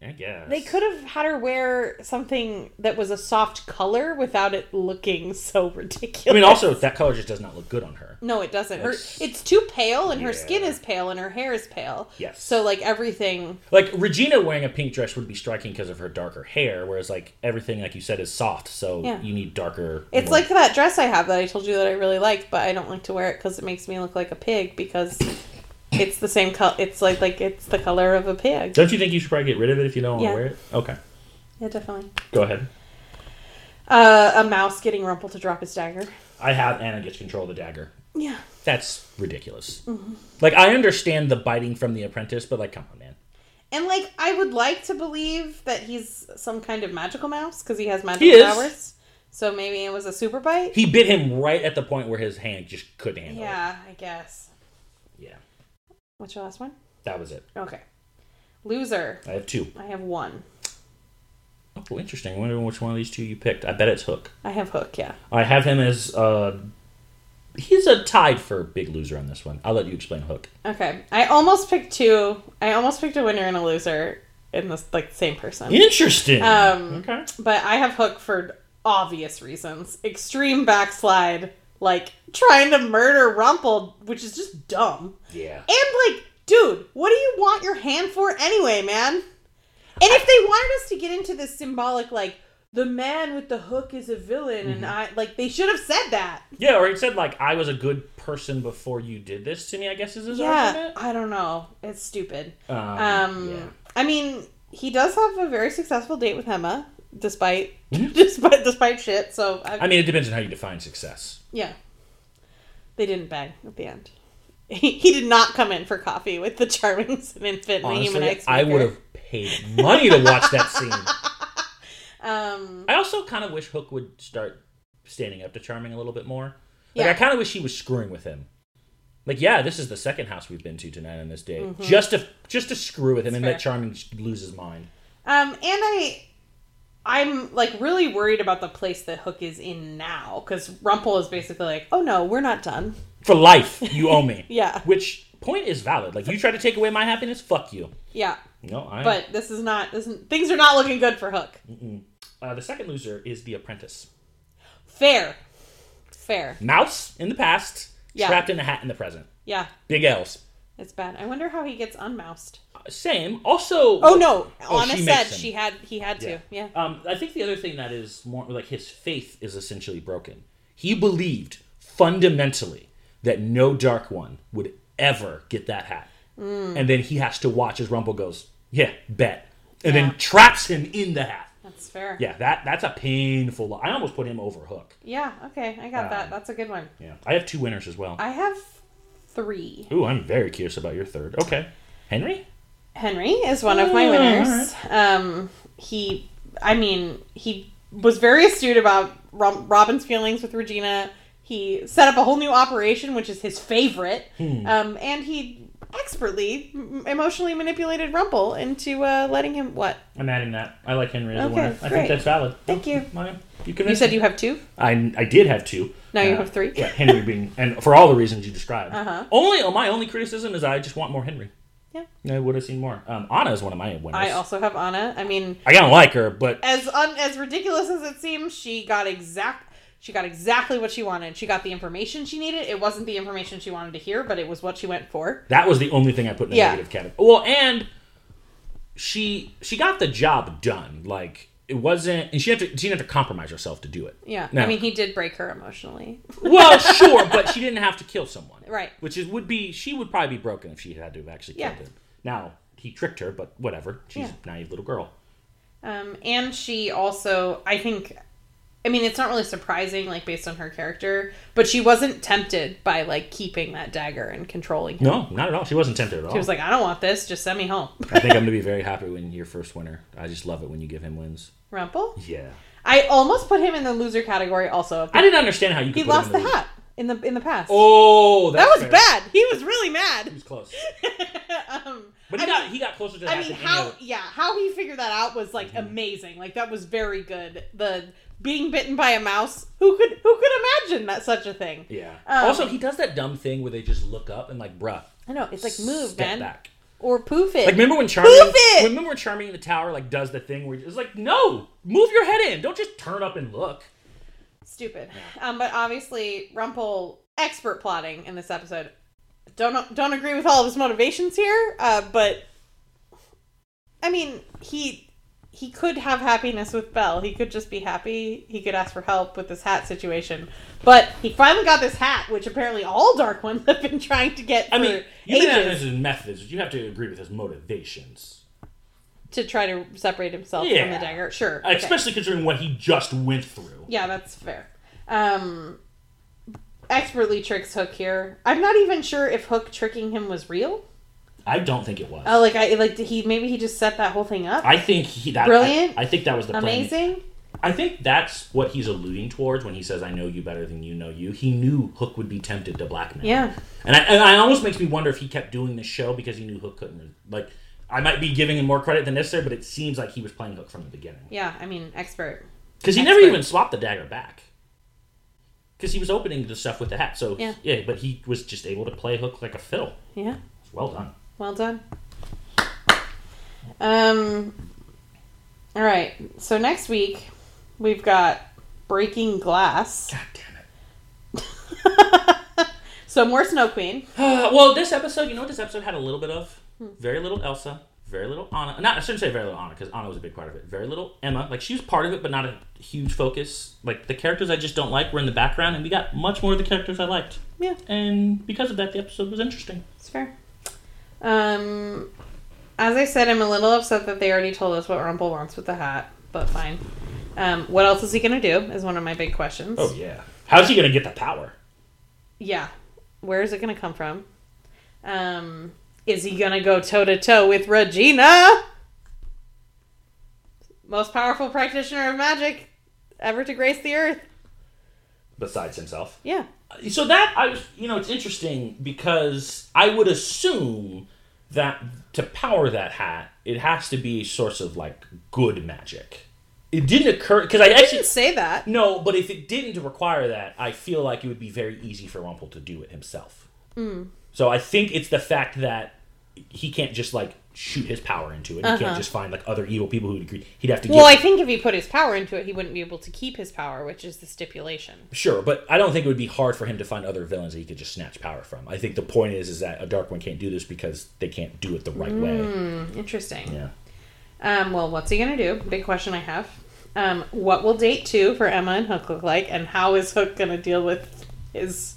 S2: I guess
S1: they could have had her wear something that was a soft color without it looking so ridiculous.
S2: I mean, also that color just does not look good on her.
S1: No, it doesn't. Her,
S2: That's-
S1: it's too pale, and her skin
S2: Yeah.
S1: is pale, and her hair is pale.
S2: Yes.
S1: So like everything,
S2: Like Regina wearing a pink dress would be striking because of her darker hair, whereas like everything, like you said, is soft, so
S1: Yeah.
S2: you need darker.
S1: it's
S2: more-
S1: like that dress I have that I told you that I really like, but I don't like to wear it because it makes me look like a pig because it's the same color. It's like like it's the color of a pig.
S2: Don't you think you should probably get rid of it if you don't want
S1: Yeah.
S2: to wear it? Okay,
S1: Yeah, definitely.
S2: go ahead.
S1: Uh, a mouse getting Rumple to drop his dagger.
S2: I have Anna gets control of the dagger.
S1: Yeah.
S2: That's ridiculous.
S1: Mm-hmm.
S2: Like I understand the biting from the apprentice, but like, come on, man.
S1: And like, I would like to believe that he's some kind of magical mouse because he has magical
S2: He is.
S1: powers. So maybe it was a super bite.
S2: He bit him right at the point where his hand just couldn't handle it.
S1: Yeah, I guess.
S2: Yeah,
S1: What's your last one?
S2: that was it.
S1: Okay. Loser.
S2: I have two.
S1: I have one.
S2: Oh, interesting. I wonder which one of these two you picked. I bet it's Hook.
S1: I have Hook. Yeah.
S2: I have him as uh he's a tied for big loser on this one. I'll let you explain Hook.
S1: Okay. I almost picked two. I almost picked a winner and a loser in this like same person.
S2: Interesting.
S1: Um,
S2: okay.
S1: But I have Hook for obvious reasons. Extreme backslide, like trying to murder Rumple, which is just dumb.
S2: Yeah.
S1: And like, dude, what do you want your hand for anyway, man? And if they wanted us to get into this symbolic, like the man with the hook is a villain, and I like they should have said that.
S2: Yeah, or he said like I was a good person before you did this to me. I guess is his
S1: Yeah,
S2: argument.
S1: I don't know. It's stupid.
S2: Um,
S1: Um,
S2: yeah.
S1: I mean, he does have a very successful date with Emma, despite despite despite shit. So I,
S2: I mean, it depends on how you define success.
S1: yeah, they didn't bang at the end. He, he did not come in for coffee with the Charmings and Infant and the Human
S2: Honestly,
S1: Ice
S2: I
S1: Maker.
S2: would have paid money to watch that scene.
S1: Um,
S2: I also kind of wish Hook would start standing up to Charming a little bit more. Like
S1: Yeah.
S2: I kind of wish he was screwing with him. Like yeah, this is the second house we've been to tonight on this date. Just to just to screw with him and
S1: Mm-hmm. fair.
S2: let Charming lose his mind.
S1: um, and I, I'm like really worried about the place that Hook is in now because Rumple is basically like, oh no, we're not done.
S2: For life, you owe me.
S1: Yeah.
S2: Which point is valid. Like you try to take away my happiness, fuck you.
S1: Yeah,
S2: No, I
S1: but this is not. This is, things are not looking good for Hook.
S2: uh, the second loser is the apprentice.
S1: Fair, fair.
S2: Mouse in the past,
S1: Yeah.
S2: trapped in a hat in the present.
S1: Yeah,
S2: Big L's. Uh,
S1: It's bad. I wonder how he gets unmoused.
S2: Same. Also
S1: Oh no,
S2: Oh,
S1: Anna
S2: she
S1: said
S2: makes him.
S1: she had he had to. Yeah.
S2: Um, I think the other thing that is more like his faith is essentially broken. He believed fundamentally that no Dark One would ever get that hat,
S1: Hmm.
S2: and then he has to watch as Rumble goes, "Yeah, bet," and
S1: Yeah.
S2: then traps him in the hat.
S1: That's fair.
S2: Yeah, that that's a painful. Lo- I almost put him over Hook.
S1: Yeah, okay. I got
S2: Um,
S1: that. That's a good one.
S2: Yeah, I have two winners as well.
S1: I have 3.
S2: Ooh, I'm very curious about your third. Okay, Henry.
S1: Henry is one of my winners. Um he I mean, he was very astute about Rob- Robin's feelings with Regina. He set up a whole new operation which is his favorite.
S2: Hmm.
S1: Um and he expertly m- emotionally manipulated Rumple into uh letting him what?
S2: I'm adding that. I like Henry as
S1: Okay,
S2: a winner. I
S1: great.
S2: think that's valid.
S1: Thank you.
S2: Maya, You,
S1: You
S2: convinced
S1: said
S2: me.
S1: you have 2?
S2: I, I did have two.
S1: Now you have three.
S2: Yeah, Henry being, and for all the reasons you described.
S1: Uh-huh.
S2: Only oh, my only criticism is I just want more Henry.
S1: Yeah.
S2: I would have seen more. Um, Anna is one of my winners.
S1: I also have Anna. I mean,
S2: I don't like her, but
S1: as un- as ridiculous as it seems, she got exact she got exactly what she wanted. She got the information she needed. It wasn't the information she wanted to hear, but it was what she went for.
S2: that was the only thing I put in the
S1: Yeah.
S2: negative category. Well, and she she got the job done. Like it wasn't, and she had to she didn't have to compromise herself to do it.
S1: Yeah.
S2: No.
S1: I mean, he did break her emotionally.
S2: Well, sure, but she didn't have to kill someone.
S1: Right.
S2: Which is would be she would probably be broken if she had to have actually killed
S1: Yeah.
S2: him. Now he tricked her, but whatever. She's
S1: Yeah.
S2: a naive little girl.
S1: Um, and she also, I think, I mean, it's not really surprising, like based on her character, but she wasn't tempted by like keeping that dagger and controlling him.
S2: No, not at all. She wasn't tempted at all.
S1: She was like, I don't want this. Just send me home,
S2: I think I'm gonna be very happy when your first winner. I just love it when you give him wins.
S1: Rumple.
S2: Yeah.
S1: I almost put him in the loser category. Also,
S2: I didn't understand how you could.
S1: he
S2: put him
S1: lost
S2: in
S1: the
S2: lead.
S1: hat in the in the past.
S2: Oh,
S1: that
S2: that's
S1: was
S2: fair.
S1: bad. He was really mad.
S2: He was close,
S1: um,
S2: but
S1: I
S2: he got
S1: mean,
S2: he got closer to. the
S1: I
S2: hat
S1: mean,
S2: than any
S1: how?
S2: other- Mm-hmm.
S1: Yeah, how he figured that out was like amazing. Like that was very good. The being bitten by a mouse. Who could who could imagine that such a thing?
S2: Yeah.
S1: Um,
S2: also, he does that dumb thing where they just look up and like, bruh,
S1: I know it's like move,
S2: step
S1: man,
S2: back.
S1: or poof it.
S2: Like remember when Charming?
S1: Move it!
S2: Remember when Charming in the Tower like does the thing where it's like, no, move your head in. Don't just turn up and look.
S1: Stupid. Um, but obviously, Rumple expert plotting in this episode. Don't don't agree with all of his motivations here, uh, but I mean, he he could have happiness with Belle. He could just be happy. He could ask for help with this hat situation. But he finally got this hat, which apparently all Dark Ones have been trying to get for
S2: I mean, you can have
S1: ages
S2: his methods. but You have to agree with his motivations,
S1: to try to separate himself from
S2: Yeah.
S1: the dagger. Sure,
S2: Uh,
S1: okay.
S2: especially considering what he just went through.
S1: Yeah, that's fair. Um, expertly tricks Hook here. I'm not even sure if Hook tricking him was real.
S2: I don't think it was.
S1: Oh, like I like did he maybe he just set that whole thing up.
S2: I think he that
S1: Brilliant.
S2: I, I think that was the plan.
S1: Amazing.
S2: I think that's what he's alluding towards when he says, "I know you better than you know you." He knew Hook would be tempted to blackmail.
S1: Yeah.
S2: and I, and I almost makes me wonder if he kept doing this show because he knew Hook couldn't. Like, I might be giving him more credit than necessary, but it seems like he was playing Hook from the beginning
S1: Yeah, I mean expert.
S2: because he never
S1: Expert.
S2: even swapped the dagger back. Because he was opening the stuff with the hat, so
S1: Yeah.
S2: but he was just able to play Hook like a fiddle.
S1: Yeah.
S2: It's well done.
S1: Well done. Um. All right. So next week we've got breaking glass.
S2: God damn it.
S1: so more Snow Queen.
S2: Uh, well, this episode, you know what this episode had a little bit of? Very little Elsa, very little Anna. Not, I shouldn't say very little Anna because Anna was a big part of it. Very little Emma. Like, she was part of it, but not a huge focus. Like, the characters I just don't like were in the background, and we got much more of the characters I liked.
S1: Yeah.
S2: And because of that, the episode was interesting.
S1: It's fair. Um, as I said, I'm a little upset that they already told us what Rumple wants with the hat, but fine. Um, what else is he gonna do? Is one of my big questions.
S2: yeah. How's he going to get the power?
S1: Yeah. Where is it gonna come from? Um, is he gonna go toe to toe with Regina, most powerful practitioner of magic ever to grace the earth?
S2: Besides himself.
S1: Yeah.
S2: so that I was, you know, it's interesting because I would assume that to power that hat, it has to be a source of like good magic. It didn't occur because I
S1: I
S2: actually
S1: didn't say that.
S2: no, but if it didn't require that, I feel like it would be very easy for Rumpel to do it himself.
S1: Hmm.
S2: So I think it's the fact that he can't just like shoot his power into it. He can't just find like other evil people who would agree. He'd have to.
S1: Uh-huh. Well,
S2: give-
S1: I think if he put his power into it, he wouldn't be able to keep his power, which is the stipulation.
S2: Sure, but I don't think it would be hard for him to find other villains that he could just snatch power from. I think the point is is that a dark one can't do this because they can't do it the right way.
S1: Interesting.
S2: Yeah.
S1: Um, well, what's he gonna do? Big question I have. Um, what will date two for Emma and Hook look like, and how is Hook gonna deal with his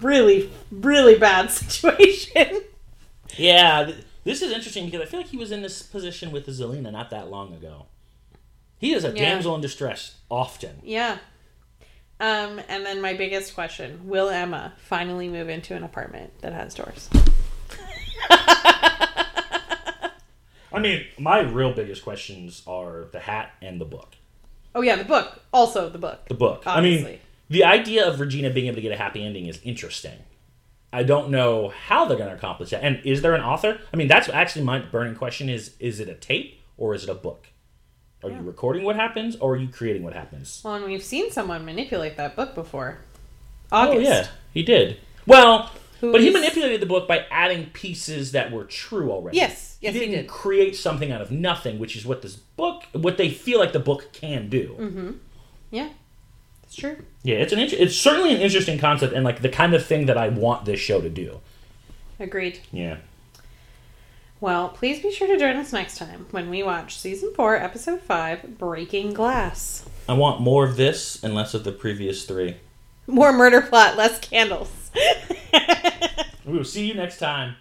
S1: really, really bad situation?
S2: Yeah, th- this is interesting because I feel like he was in this position with Zelina not that long ago. He is a
S1: Yeah.
S2: damsel in distress often.
S1: yeah. Um, and then my biggest question: Will Emma finally move into an apartment that has doors?
S2: I mean, my real biggest questions are the hat and the book.
S1: Oh yeah, the book. Also the book.
S2: The book. I mean,
S1: Obviously.
S2: the idea of Regina being able to get a happy ending is interesting. I don't know how they're going to accomplish that. And is there an author? I mean, that's actually my burning question is is it a tape or is it a book? Are you recording what happens or are you creating what happens?
S1: Well, and we've seen someone manipulate that book before. August.
S2: Oh yeah, he did. Well,
S1: Who
S2: but he
S1: is-
S2: manipulated the book by adding pieces that were true already.
S1: Yes, yes, he
S2: didn't
S1: did.
S2: create something out of nothing, which is what this book what they feel like the book can do.
S1: Yeah. That's true.
S2: Yeah, it's an int- it's certainly an interesting concept and like the kind of thing that I want this show to do.
S1: Agreed.
S2: Yeah.
S1: Well, please be sure to join us next time when we watch season four, episode five, Breaking Glass.
S2: I want more of this and less of the previous three.
S1: More murder plot, less candles.
S2: We will see you next time.